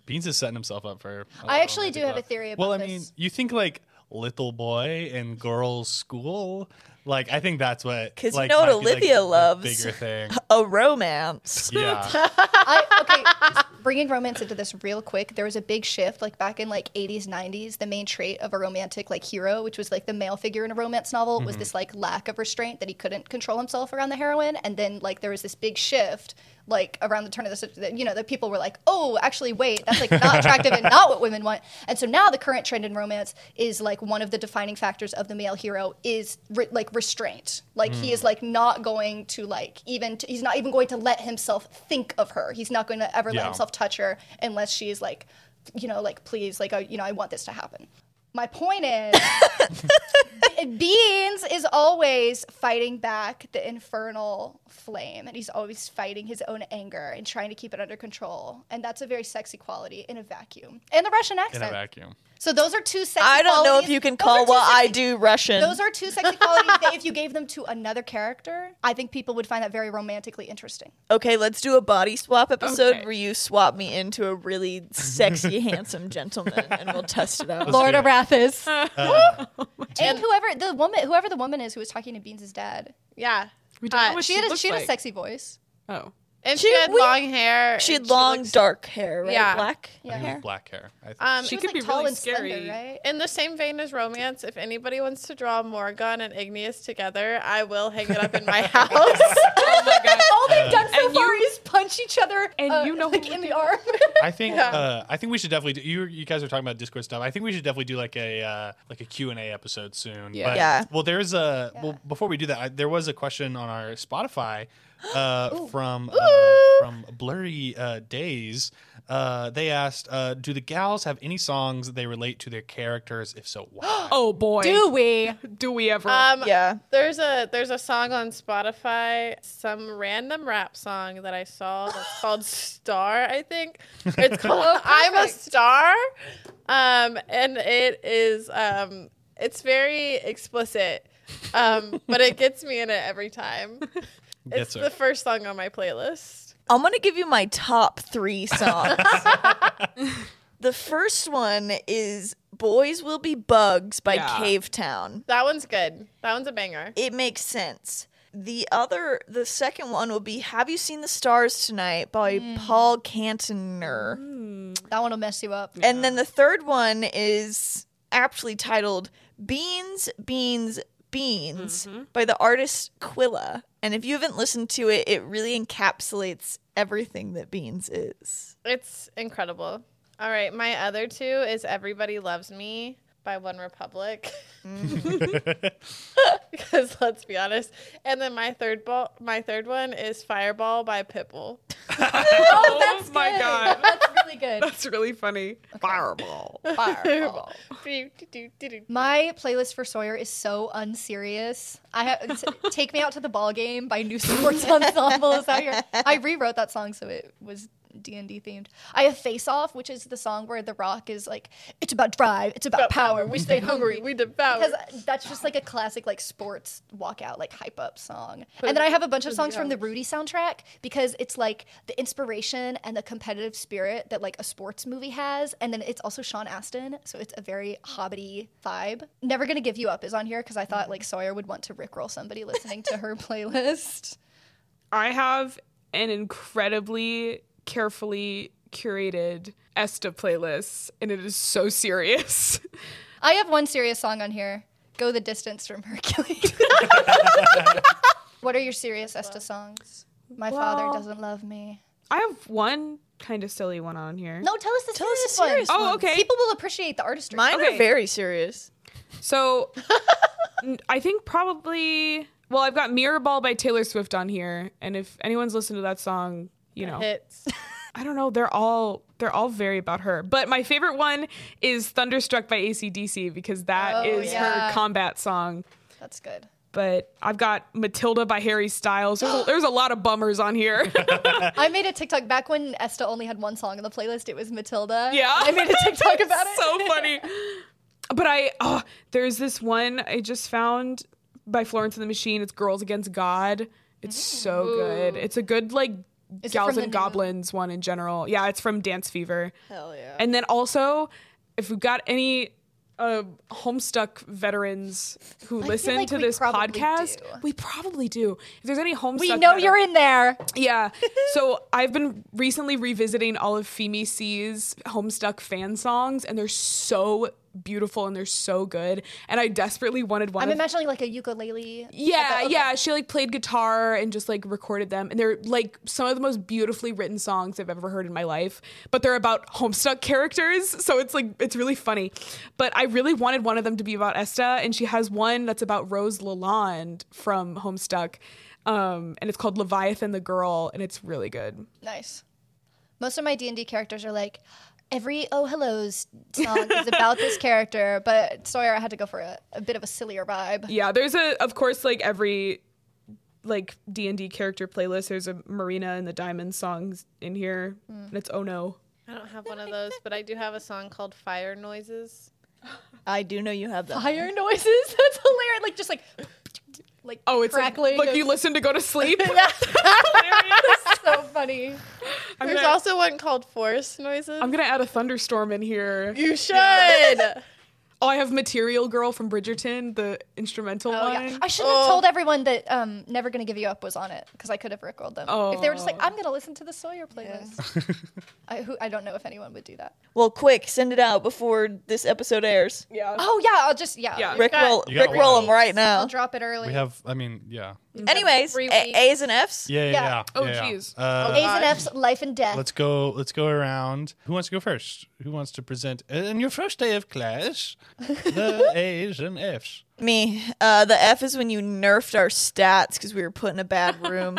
[SPEAKER 1] Beans is setting himself up for. a lot
[SPEAKER 3] I
[SPEAKER 1] of
[SPEAKER 3] actually do
[SPEAKER 1] romantic
[SPEAKER 3] have a
[SPEAKER 1] love.
[SPEAKER 3] theory about
[SPEAKER 1] Well, I
[SPEAKER 3] this.
[SPEAKER 1] mean, you think like little boy and girls school, like I think that's what
[SPEAKER 4] 'Cause you
[SPEAKER 1] like,
[SPEAKER 4] know what
[SPEAKER 1] might be, like,
[SPEAKER 4] Olivia
[SPEAKER 1] the
[SPEAKER 4] loves.
[SPEAKER 1] bigger thing.
[SPEAKER 4] A romance.
[SPEAKER 1] Yeah,
[SPEAKER 3] I, okay, bringing romance into this real quick. There was a big shift, like back in like 80s, 90s. The main trait of a romantic like hero, which was like the male figure in a romance novel, was this like lack of restraint that he couldn't control himself around the heroine. And then like there was this big shift, like around the turn of the cent- that you know that people were like, oh, actually, wait, that's like not attractive and not what women want. And so now the current trend in romance is like one of the defining factors of the male hero is re- like restraint. Like he is like not going to like even t- he's not even going to let himself think of her. He's not going to ever
[SPEAKER 1] Yeah.
[SPEAKER 3] let himself touch her unless she is like, you know, like please, like I, you know, I want this to happen. My point is, Be- Beans is always fighting back the infernal flame, and he's always fighting his own anger and trying to keep it under control. And that's a very sexy quality in a vacuum, and the Russian
[SPEAKER 1] in a
[SPEAKER 3] accent.
[SPEAKER 1] vacuum.
[SPEAKER 3] so those are two sexy.
[SPEAKER 4] I don't know if
[SPEAKER 3] qualities-
[SPEAKER 4] you can
[SPEAKER 3] those are
[SPEAKER 4] call
[SPEAKER 3] two
[SPEAKER 4] what I
[SPEAKER 3] sexy-
[SPEAKER 4] do Russian.
[SPEAKER 3] Those are two sexy qualities that if you gave them to another character, I think people would find that very romantically interesting.
[SPEAKER 4] Okay, let's do a body swap episode
[SPEAKER 6] Okay.
[SPEAKER 4] where you swap me into a really sexy, handsome gentleman, and we'll test it out.
[SPEAKER 3] Lord
[SPEAKER 1] do
[SPEAKER 3] of
[SPEAKER 1] it.
[SPEAKER 3] Rathis. and whoever the woman, whoever the woman is who was talking to Beans' dad,
[SPEAKER 5] Yeah.
[SPEAKER 6] We don't know
[SPEAKER 5] Hot.
[SPEAKER 6] what
[SPEAKER 3] she
[SPEAKER 6] she,
[SPEAKER 3] had a,
[SPEAKER 6] looks
[SPEAKER 3] she had
[SPEAKER 6] like.
[SPEAKER 3] a sexy voice.
[SPEAKER 6] Oh.
[SPEAKER 5] And
[SPEAKER 4] She-
[SPEAKER 5] she, had
[SPEAKER 4] we-
[SPEAKER 5] long hair.
[SPEAKER 4] She had
[SPEAKER 5] and
[SPEAKER 4] long,
[SPEAKER 5] looks-
[SPEAKER 4] dark hair, right?
[SPEAKER 5] Yeah.
[SPEAKER 4] Black
[SPEAKER 3] Yeah.
[SPEAKER 1] I think it
[SPEAKER 4] hair.
[SPEAKER 1] was black hair. I think.
[SPEAKER 5] Um,
[SPEAKER 6] She
[SPEAKER 3] was,
[SPEAKER 6] could
[SPEAKER 3] like,
[SPEAKER 6] be
[SPEAKER 3] tall
[SPEAKER 6] really
[SPEAKER 3] and
[SPEAKER 6] scary.
[SPEAKER 3] slender, right?
[SPEAKER 5] In the same vein as romance, if anybody wants to draw Morgan and Igneous together, I will hang it up in my house.
[SPEAKER 6] Oh my god.
[SPEAKER 3] All they've done so
[SPEAKER 6] And
[SPEAKER 3] far
[SPEAKER 6] you-
[SPEAKER 3] is punch each other
[SPEAKER 6] and
[SPEAKER 3] uh,
[SPEAKER 6] you know who
[SPEAKER 3] like
[SPEAKER 6] would
[SPEAKER 3] in the arm.
[SPEAKER 1] I think uh, I think we should definitely do. You you guys are talking about Discord stuff. I think we should definitely do like a uh, like a Q and A episode soon.
[SPEAKER 6] Yeah.
[SPEAKER 4] Yeah.
[SPEAKER 1] Well, there's a
[SPEAKER 3] Yeah.
[SPEAKER 1] well before we do that, I, there was a question on our Spotify uh, from uh, from Blurry uh, Days. Uh, they asked, uh, "Do the gals have any songs that they relate to their characters? If so, why?"
[SPEAKER 6] Oh boy.
[SPEAKER 3] Do we?
[SPEAKER 6] Do we ever?
[SPEAKER 5] Um,
[SPEAKER 4] Yeah.
[SPEAKER 5] There's a there's a song on Spotify, some random rap song that I saw that's called Star, I think. It's called I'm a Star. Um, and it is um it's very explicit. Um, but it gets me in it every time.
[SPEAKER 1] Gets
[SPEAKER 5] It's
[SPEAKER 1] her.
[SPEAKER 5] the first song on my playlist.
[SPEAKER 4] I'm gonna give you my top three songs. the first one is "Boys Will Be Bugs" by
[SPEAKER 6] Yeah.
[SPEAKER 4] Cave Town.
[SPEAKER 5] That one's good. That one's a banger.
[SPEAKER 4] It makes sense. The other, the second one will be "Have You Seen the Stars Tonight" by
[SPEAKER 3] Mm.
[SPEAKER 4] Paul Cantoner.
[SPEAKER 3] That one will mess you up.
[SPEAKER 4] And then the third one is aptly titled Beans, Beans, Beans by the artist Quilla. And if you haven't listened to it, it really encapsulates everything that Beans is.
[SPEAKER 5] It's incredible. All right, my other two is Everybody Loves Me by One Republic. because let's be honest. And then my third ball, my third one is Fireball by Pitbull.
[SPEAKER 6] Oh, my god.
[SPEAKER 3] That's really good.
[SPEAKER 6] That's really funny. Fireball.
[SPEAKER 4] Fireball.
[SPEAKER 5] Do, do, do, do, do.
[SPEAKER 3] My playlist for Sawyer is so unserious. I have t- "Take Me Out to the Ball Game" by New Sports Ensemble is out here. I rewrote that song so it was D and D themed. I have "Face Off," which is the song where The Rock is like, "It's about drive, it's about power, we stay hungry,
[SPEAKER 5] We devour.
[SPEAKER 3] because that's just like a classic like sports walkout like hype up song and then i have a bunch of songs from the rudy soundtrack because it's like the inspiration and the competitive spirit that like a sports movie has and then it's also sean astin so it's a very hobbity vibe never gonna give you up is on here because i thought like sawyer would want to rickroll somebody listening to her playlist
[SPEAKER 6] I have an incredibly carefully curated Esta playlist, and it is so serious.
[SPEAKER 3] i have one serious song on here go the distance from hercules what are your serious esta songs my
[SPEAKER 6] Well-
[SPEAKER 3] father doesn't love me
[SPEAKER 6] I have one kind of silly one on here.
[SPEAKER 3] no tell us the
[SPEAKER 4] Tell us the
[SPEAKER 3] serious one.
[SPEAKER 4] serious
[SPEAKER 6] Oh, okay.
[SPEAKER 3] People will appreciate the artistry.
[SPEAKER 4] Mine
[SPEAKER 6] Okay.
[SPEAKER 4] are very serious.
[SPEAKER 6] So n- I think probably well, I've got Mirror Ball by Taylor Swift on here, and if anyone's listened to that song, you know,
[SPEAKER 5] Hits.
[SPEAKER 6] I don't know, they're all they're all very about her. But my favorite one is Thunderstruck by ACDC because that is
[SPEAKER 3] Oh, yeah.
[SPEAKER 6] her combat song.
[SPEAKER 3] That's good.
[SPEAKER 6] But I've got Matilda by Harry Styles. There's a, there's a lot of bummers on here.
[SPEAKER 3] I made a TikTok back when Esta only had one song on the playlist. It was Matilda.
[SPEAKER 6] Yeah.
[SPEAKER 3] I made a TikTok about it.
[SPEAKER 6] so funny. But I oh, there's this one I just found by Florence and the Machine. It's Girls Against God. It's so good. It's a good like
[SPEAKER 3] Is it
[SPEAKER 6] Gals
[SPEAKER 3] from
[SPEAKER 6] and
[SPEAKER 3] the new-
[SPEAKER 6] Goblins one in general. Yeah, it's from Dance Fever.
[SPEAKER 4] Hell yeah.
[SPEAKER 6] And then also, if we've got any uh, Homestuck veterans who listen
[SPEAKER 3] like
[SPEAKER 6] to
[SPEAKER 3] we
[SPEAKER 6] this
[SPEAKER 3] probably
[SPEAKER 6] podcast,
[SPEAKER 3] do.
[SPEAKER 6] we probably do. If there's any Homestuck,
[SPEAKER 3] We know you're in there.
[SPEAKER 6] yeah. So I've been recently revisiting all of Femi C's Homestuck fan songs, and they're so beautiful and they're so good. And I desperately wanted one.
[SPEAKER 3] I'm
[SPEAKER 6] of-
[SPEAKER 3] imagining like a ukulele.
[SPEAKER 6] yeah, yeah. She like played guitar and just like recorded them, and they're like some of the most beautifully written songs I've ever heard in my life. But they're about Homestuck characters, so it's like it's really funny. But I really wanted one of them to be about Esta, and she has one that's about Rose Lalonde from Homestuck. Um, and it's called Leviathan the Girl, and it's really good.
[SPEAKER 3] Nice. Most of my D and D characters are like every Oh Hello's song is about this character, but Sawyer, I had to go for a, a bit of a sillier vibe.
[SPEAKER 6] Yeah, there's a of course like every like D and D character playlist. There's a Marina and the Diamond songs in here, and it's oh no.
[SPEAKER 5] I don't have one of those, but I do have a song called Fire Noises.
[SPEAKER 4] I do know you have that.
[SPEAKER 3] Fire noises. That's hilarious. Like just like like
[SPEAKER 6] Oh, it's like,
[SPEAKER 3] crackling.
[SPEAKER 6] like you listen to go to sleep.
[SPEAKER 3] That's so funny.
[SPEAKER 6] I'm,
[SPEAKER 5] There's
[SPEAKER 6] gonna,
[SPEAKER 5] also one called Forest Noises.
[SPEAKER 6] I'm gonna add a thunderstorm in here.
[SPEAKER 5] you should.
[SPEAKER 6] Oh, I have Material Girl from Bridgerton, the instrumental
[SPEAKER 3] Oh,
[SPEAKER 6] one.
[SPEAKER 3] yeah. I shouldn't have told everyone that um, "Never Gonna Give You Up" was on it because I could have rickrolled them. If they were just like, "I'm gonna listen to the Sawyer playlist," I, who, I don't know if anyone would do that.
[SPEAKER 4] Well, quick, send it out before this episode airs.
[SPEAKER 6] yeah.
[SPEAKER 3] Oh yeah, I'll just yeah,
[SPEAKER 6] Yeah.
[SPEAKER 4] Rick roll,
[SPEAKER 1] You got
[SPEAKER 4] Rick roll
[SPEAKER 1] one.
[SPEAKER 4] them right
[SPEAKER 3] I'll
[SPEAKER 4] now.
[SPEAKER 3] drop it early.
[SPEAKER 7] We have, I mean, yeah.
[SPEAKER 4] Anyways,
[SPEAKER 5] Three
[SPEAKER 4] A-
[SPEAKER 5] weeks.
[SPEAKER 4] A's and F's.
[SPEAKER 1] Yeah, yeah.
[SPEAKER 3] Yeah.
[SPEAKER 1] yeah,
[SPEAKER 6] Oh,
[SPEAKER 1] yeah, yeah.
[SPEAKER 6] jeez.
[SPEAKER 1] Uh,
[SPEAKER 3] A's and F's, life and death.
[SPEAKER 1] Let's go. Let's go around. Who wants to go first? Who wants to present uh, in your first day of class the A's and F's?
[SPEAKER 4] Me. Uh, the F is when you nerfed our stats because we were put in a bad room.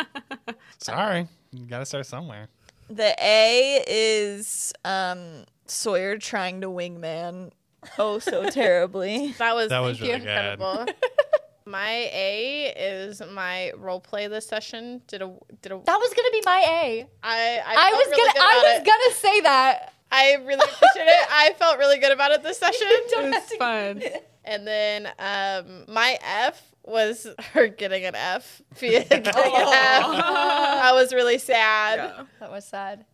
[SPEAKER 1] Sorry, you gotta start somewhere.
[SPEAKER 4] the A is um, Sawyer trying to wingman oh so terribly.
[SPEAKER 5] That was
[SPEAKER 1] That was
[SPEAKER 5] thank you,
[SPEAKER 1] really good.
[SPEAKER 5] incredible. my A is my role play this session. Did a did a
[SPEAKER 3] that was gonna be my A.
[SPEAKER 5] I I,
[SPEAKER 3] I
[SPEAKER 5] felt
[SPEAKER 3] was
[SPEAKER 5] really
[SPEAKER 3] gonna,
[SPEAKER 5] good
[SPEAKER 3] I
[SPEAKER 5] about
[SPEAKER 3] was
[SPEAKER 5] it.
[SPEAKER 3] gonna say that.
[SPEAKER 5] I really appreciate it. I felt really good about it this session.
[SPEAKER 6] It's fun.
[SPEAKER 5] And then um, my F was her getting an F. Fia getting an F.
[SPEAKER 3] Oh.
[SPEAKER 5] I was really sad. Yeah.
[SPEAKER 3] That was sad.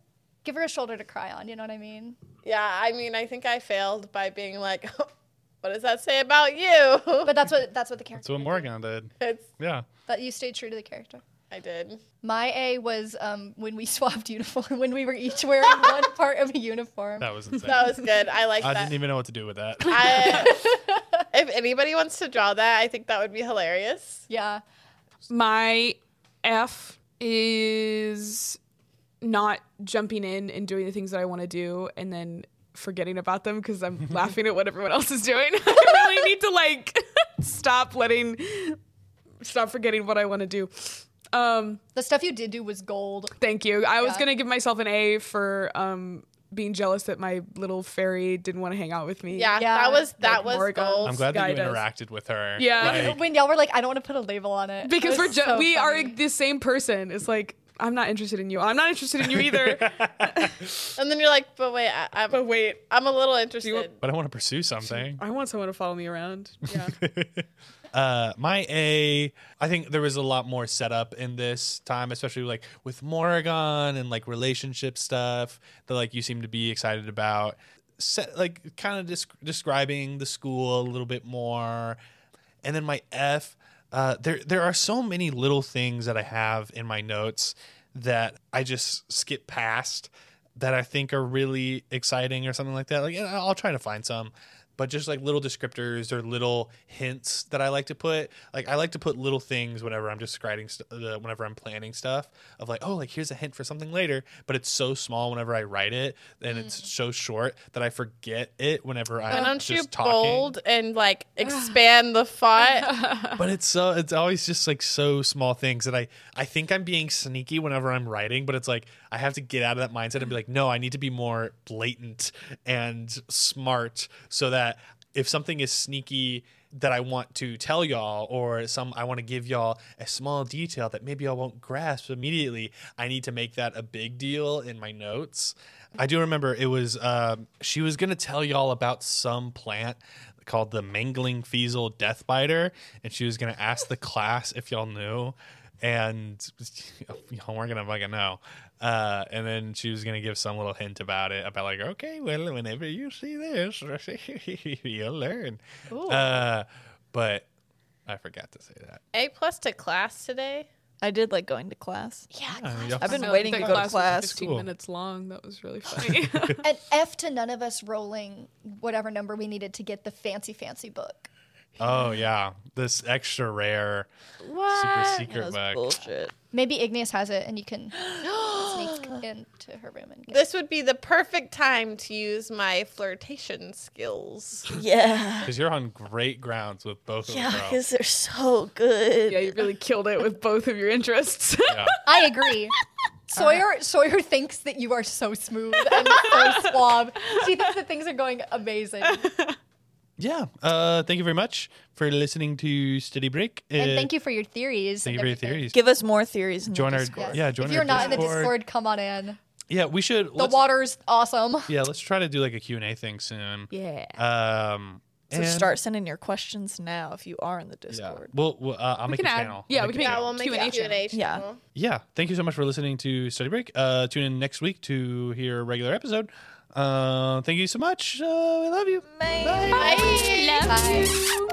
[SPEAKER 3] Give her a shoulder to cry on. You know what I mean?
[SPEAKER 5] I mean, I think I failed by being like, what does that say about you? But
[SPEAKER 3] But that's what that's what the
[SPEAKER 1] That's
[SPEAKER 3] character.
[SPEAKER 1] what Morgan did.
[SPEAKER 5] it's,
[SPEAKER 1] Yeah.
[SPEAKER 3] That you stayed true to the character.
[SPEAKER 5] I did.
[SPEAKER 3] My A was um, when we swapped uniform, when we were each wearing one part of a uniform.
[SPEAKER 1] That was insane.
[SPEAKER 5] That was good. I like
[SPEAKER 1] I
[SPEAKER 5] that.
[SPEAKER 1] didn't even know what to do with that.
[SPEAKER 5] I, if anybody wants to draw that, I think that would be hilarious.
[SPEAKER 3] Yeah.
[SPEAKER 6] My F is not jumping in and doing the things that I want to do and then forgetting about them because I'm laughing at what everyone else is doing. I really need to like stop letting stop forgetting what I want to do. Um,
[SPEAKER 3] The stuff you did do was gold.
[SPEAKER 6] thank you. I was
[SPEAKER 3] Yeah.
[SPEAKER 6] gonna give myself an A for um being jealous that my little fairy didn't want to hang out with me.
[SPEAKER 5] Yeah,
[SPEAKER 3] Yeah.
[SPEAKER 5] that was that
[SPEAKER 6] Like
[SPEAKER 5] was
[SPEAKER 6] Morgan.
[SPEAKER 5] gold.
[SPEAKER 1] I'm glad
[SPEAKER 6] Sky
[SPEAKER 1] that you
[SPEAKER 6] does.
[SPEAKER 1] interacted with her.
[SPEAKER 6] Yeah.
[SPEAKER 1] Like,
[SPEAKER 3] When y'all were like, I don't want to put a label on it.
[SPEAKER 6] because
[SPEAKER 3] It
[SPEAKER 6] we're
[SPEAKER 3] was
[SPEAKER 6] ju-
[SPEAKER 3] so
[SPEAKER 6] we
[SPEAKER 3] funny.
[SPEAKER 6] are the same person. It's like I'm not interested in you. I'm not interested in you either.
[SPEAKER 5] And then you're like, but wait, I, I'm
[SPEAKER 6] but wait,
[SPEAKER 5] I'm a little interested.
[SPEAKER 6] want-
[SPEAKER 1] but I want to pursue something.
[SPEAKER 6] I want someone to follow me around. Yeah.
[SPEAKER 1] Uh, my A, I think there was a lot more setup in this time, especially like with Morrigan and like relationship stuff that like you seem to be excited about. Set, like kind of desc- describing the school a little bit more, and then my F. Uh, there, there are so many little things that I have in my notes that I just skip past that I think are really exciting or something like that. Like, and I'll try to find some, but just like little descriptors or little hints that I like to put. Like, I like to put little things whenever I'm describing, st- uh, whenever I'm planning stuff of like, oh, like here's a hint for something later. But it's so small whenever I write it, and it's so short that I forget it whenever
[SPEAKER 5] Mm. Why
[SPEAKER 1] I'm
[SPEAKER 5] don't
[SPEAKER 1] just
[SPEAKER 5] you
[SPEAKER 1] talking.
[SPEAKER 5] bold and like expand the font?
[SPEAKER 1] But it's so it's always just like so small things that I I think I'm being sneaky whenever I'm writing, but it's like I have to get out of that mindset and be like, no, I need to be more blatant and smart so that if something is sneaky that I want to tell y'all or some I want to give y'all a small detail that maybe y'all won't grasp immediately, I need to make that a big deal in my notes. I do remember it was um, she was gonna tell y'all about some plant called the Mangling Feasel Death Biter, and she was gonna ask the class if y'all knew, and y'all weren't gonna fucking know. Uh, and then she was gonna give some little hint about it, about like, okay, well, whenever you see this, you'll learn. Uh, but I forgot to say that.
[SPEAKER 5] A plus to class today.
[SPEAKER 4] I did like going to class.
[SPEAKER 3] Yeah.
[SPEAKER 1] Uh, y'all-
[SPEAKER 4] I've been waiting to
[SPEAKER 6] that
[SPEAKER 4] go to
[SPEAKER 6] class was
[SPEAKER 4] class.
[SPEAKER 6] 15
[SPEAKER 1] Cool.
[SPEAKER 6] minutes long. That was really funny.
[SPEAKER 3] An F to none of us rolling whatever number we needed to get the fancy, fancy book.
[SPEAKER 1] oh yeah, this extra rare, super secret
[SPEAKER 4] That was
[SPEAKER 1] book.
[SPEAKER 4] bullshit.
[SPEAKER 3] Maybe Igneous has it and you can sneak into her room and get
[SPEAKER 5] This would be the perfect time to use my flirtation skills.
[SPEAKER 4] Yeah.
[SPEAKER 1] Because you're on great grounds with both of
[SPEAKER 4] Yeah,
[SPEAKER 1] them. girl.
[SPEAKER 4] because they're so good.
[SPEAKER 6] yeah, you really killed it with both of your interests.
[SPEAKER 1] Yeah.
[SPEAKER 3] I agree. Sawyer Sawyer thinks that you are so smooth and so suave. She thinks that things are going amazing.
[SPEAKER 1] yeah. Uh, thank you very much for listening to Study Break. uh,
[SPEAKER 3] And thank you for your theories.
[SPEAKER 1] Thank you
[SPEAKER 3] and
[SPEAKER 1] for your
[SPEAKER 3] everything.
[SPEAKER 1] theories.
[SPEAKER 4] Give us more theories. In
[SPEAKER 1] join
[SPEAKER 4] the
[SPEAKER 1] our
[SPEAKER 4] Discord.
[SPEAKER 3] Yes.
[SPEAKER 1] yeah. Join
[SPEAKER 3] if
[SPEAKER 1] our
[SPEAKER 3] you're not in the
[SPEAKER 1] Discord.
[SPEAKER 3] Discord, come on in.
[SPEAKER 1] Yeah, we should.
[SPEAKER 3] The
[SPEAKER 1] let's-
[SPEAKER 3] water's awesome.
[SPEAKER 1] Yeah, let's try to do like a Q and A thing soon.
[SPEAKER 2] Yeah.
[SPEAKER 1] Um.
[SPEAKER 4] So
[SPEAKER 1] and-
[SPEAKER 4] start sending your questions now if you are in the
[SPEAKER 1] Yeah.
[SPEAKER 4] Discord.
[SPEAKER 1] We'll, we'll uh, I'll make
[SPEAKER 6] can
[SPEAKER 1] a
[SPEAKER 6] add-
[SPEAKER 1] channel.
[SPEAKER 6] yeah,
[SPEAKER 1] I'll
[SPEAKER 6] we
[SPEAKER 1] a
[SPEAKER 6] can add-
[SPEAKER 5] Yeah,
[SPEAKER 1] channel.
[SPEAKER 5] we'll make
[SPEAKER 6] Q&A
[SPEAKER 5] a Q&A
[SPEAKER 4] Yeah.
[SPEAKER 5] channel.
[SPEAKER 1] Yeah. Thank you so much for listening to Study Break. Uh, tune in next week to hear a regular episode. Uh, thank you so much. Uh, we love you. Bye.
[SPEAKER 2] Love
[SPEAKER 3] Bye.
[SPEAKER 2] you.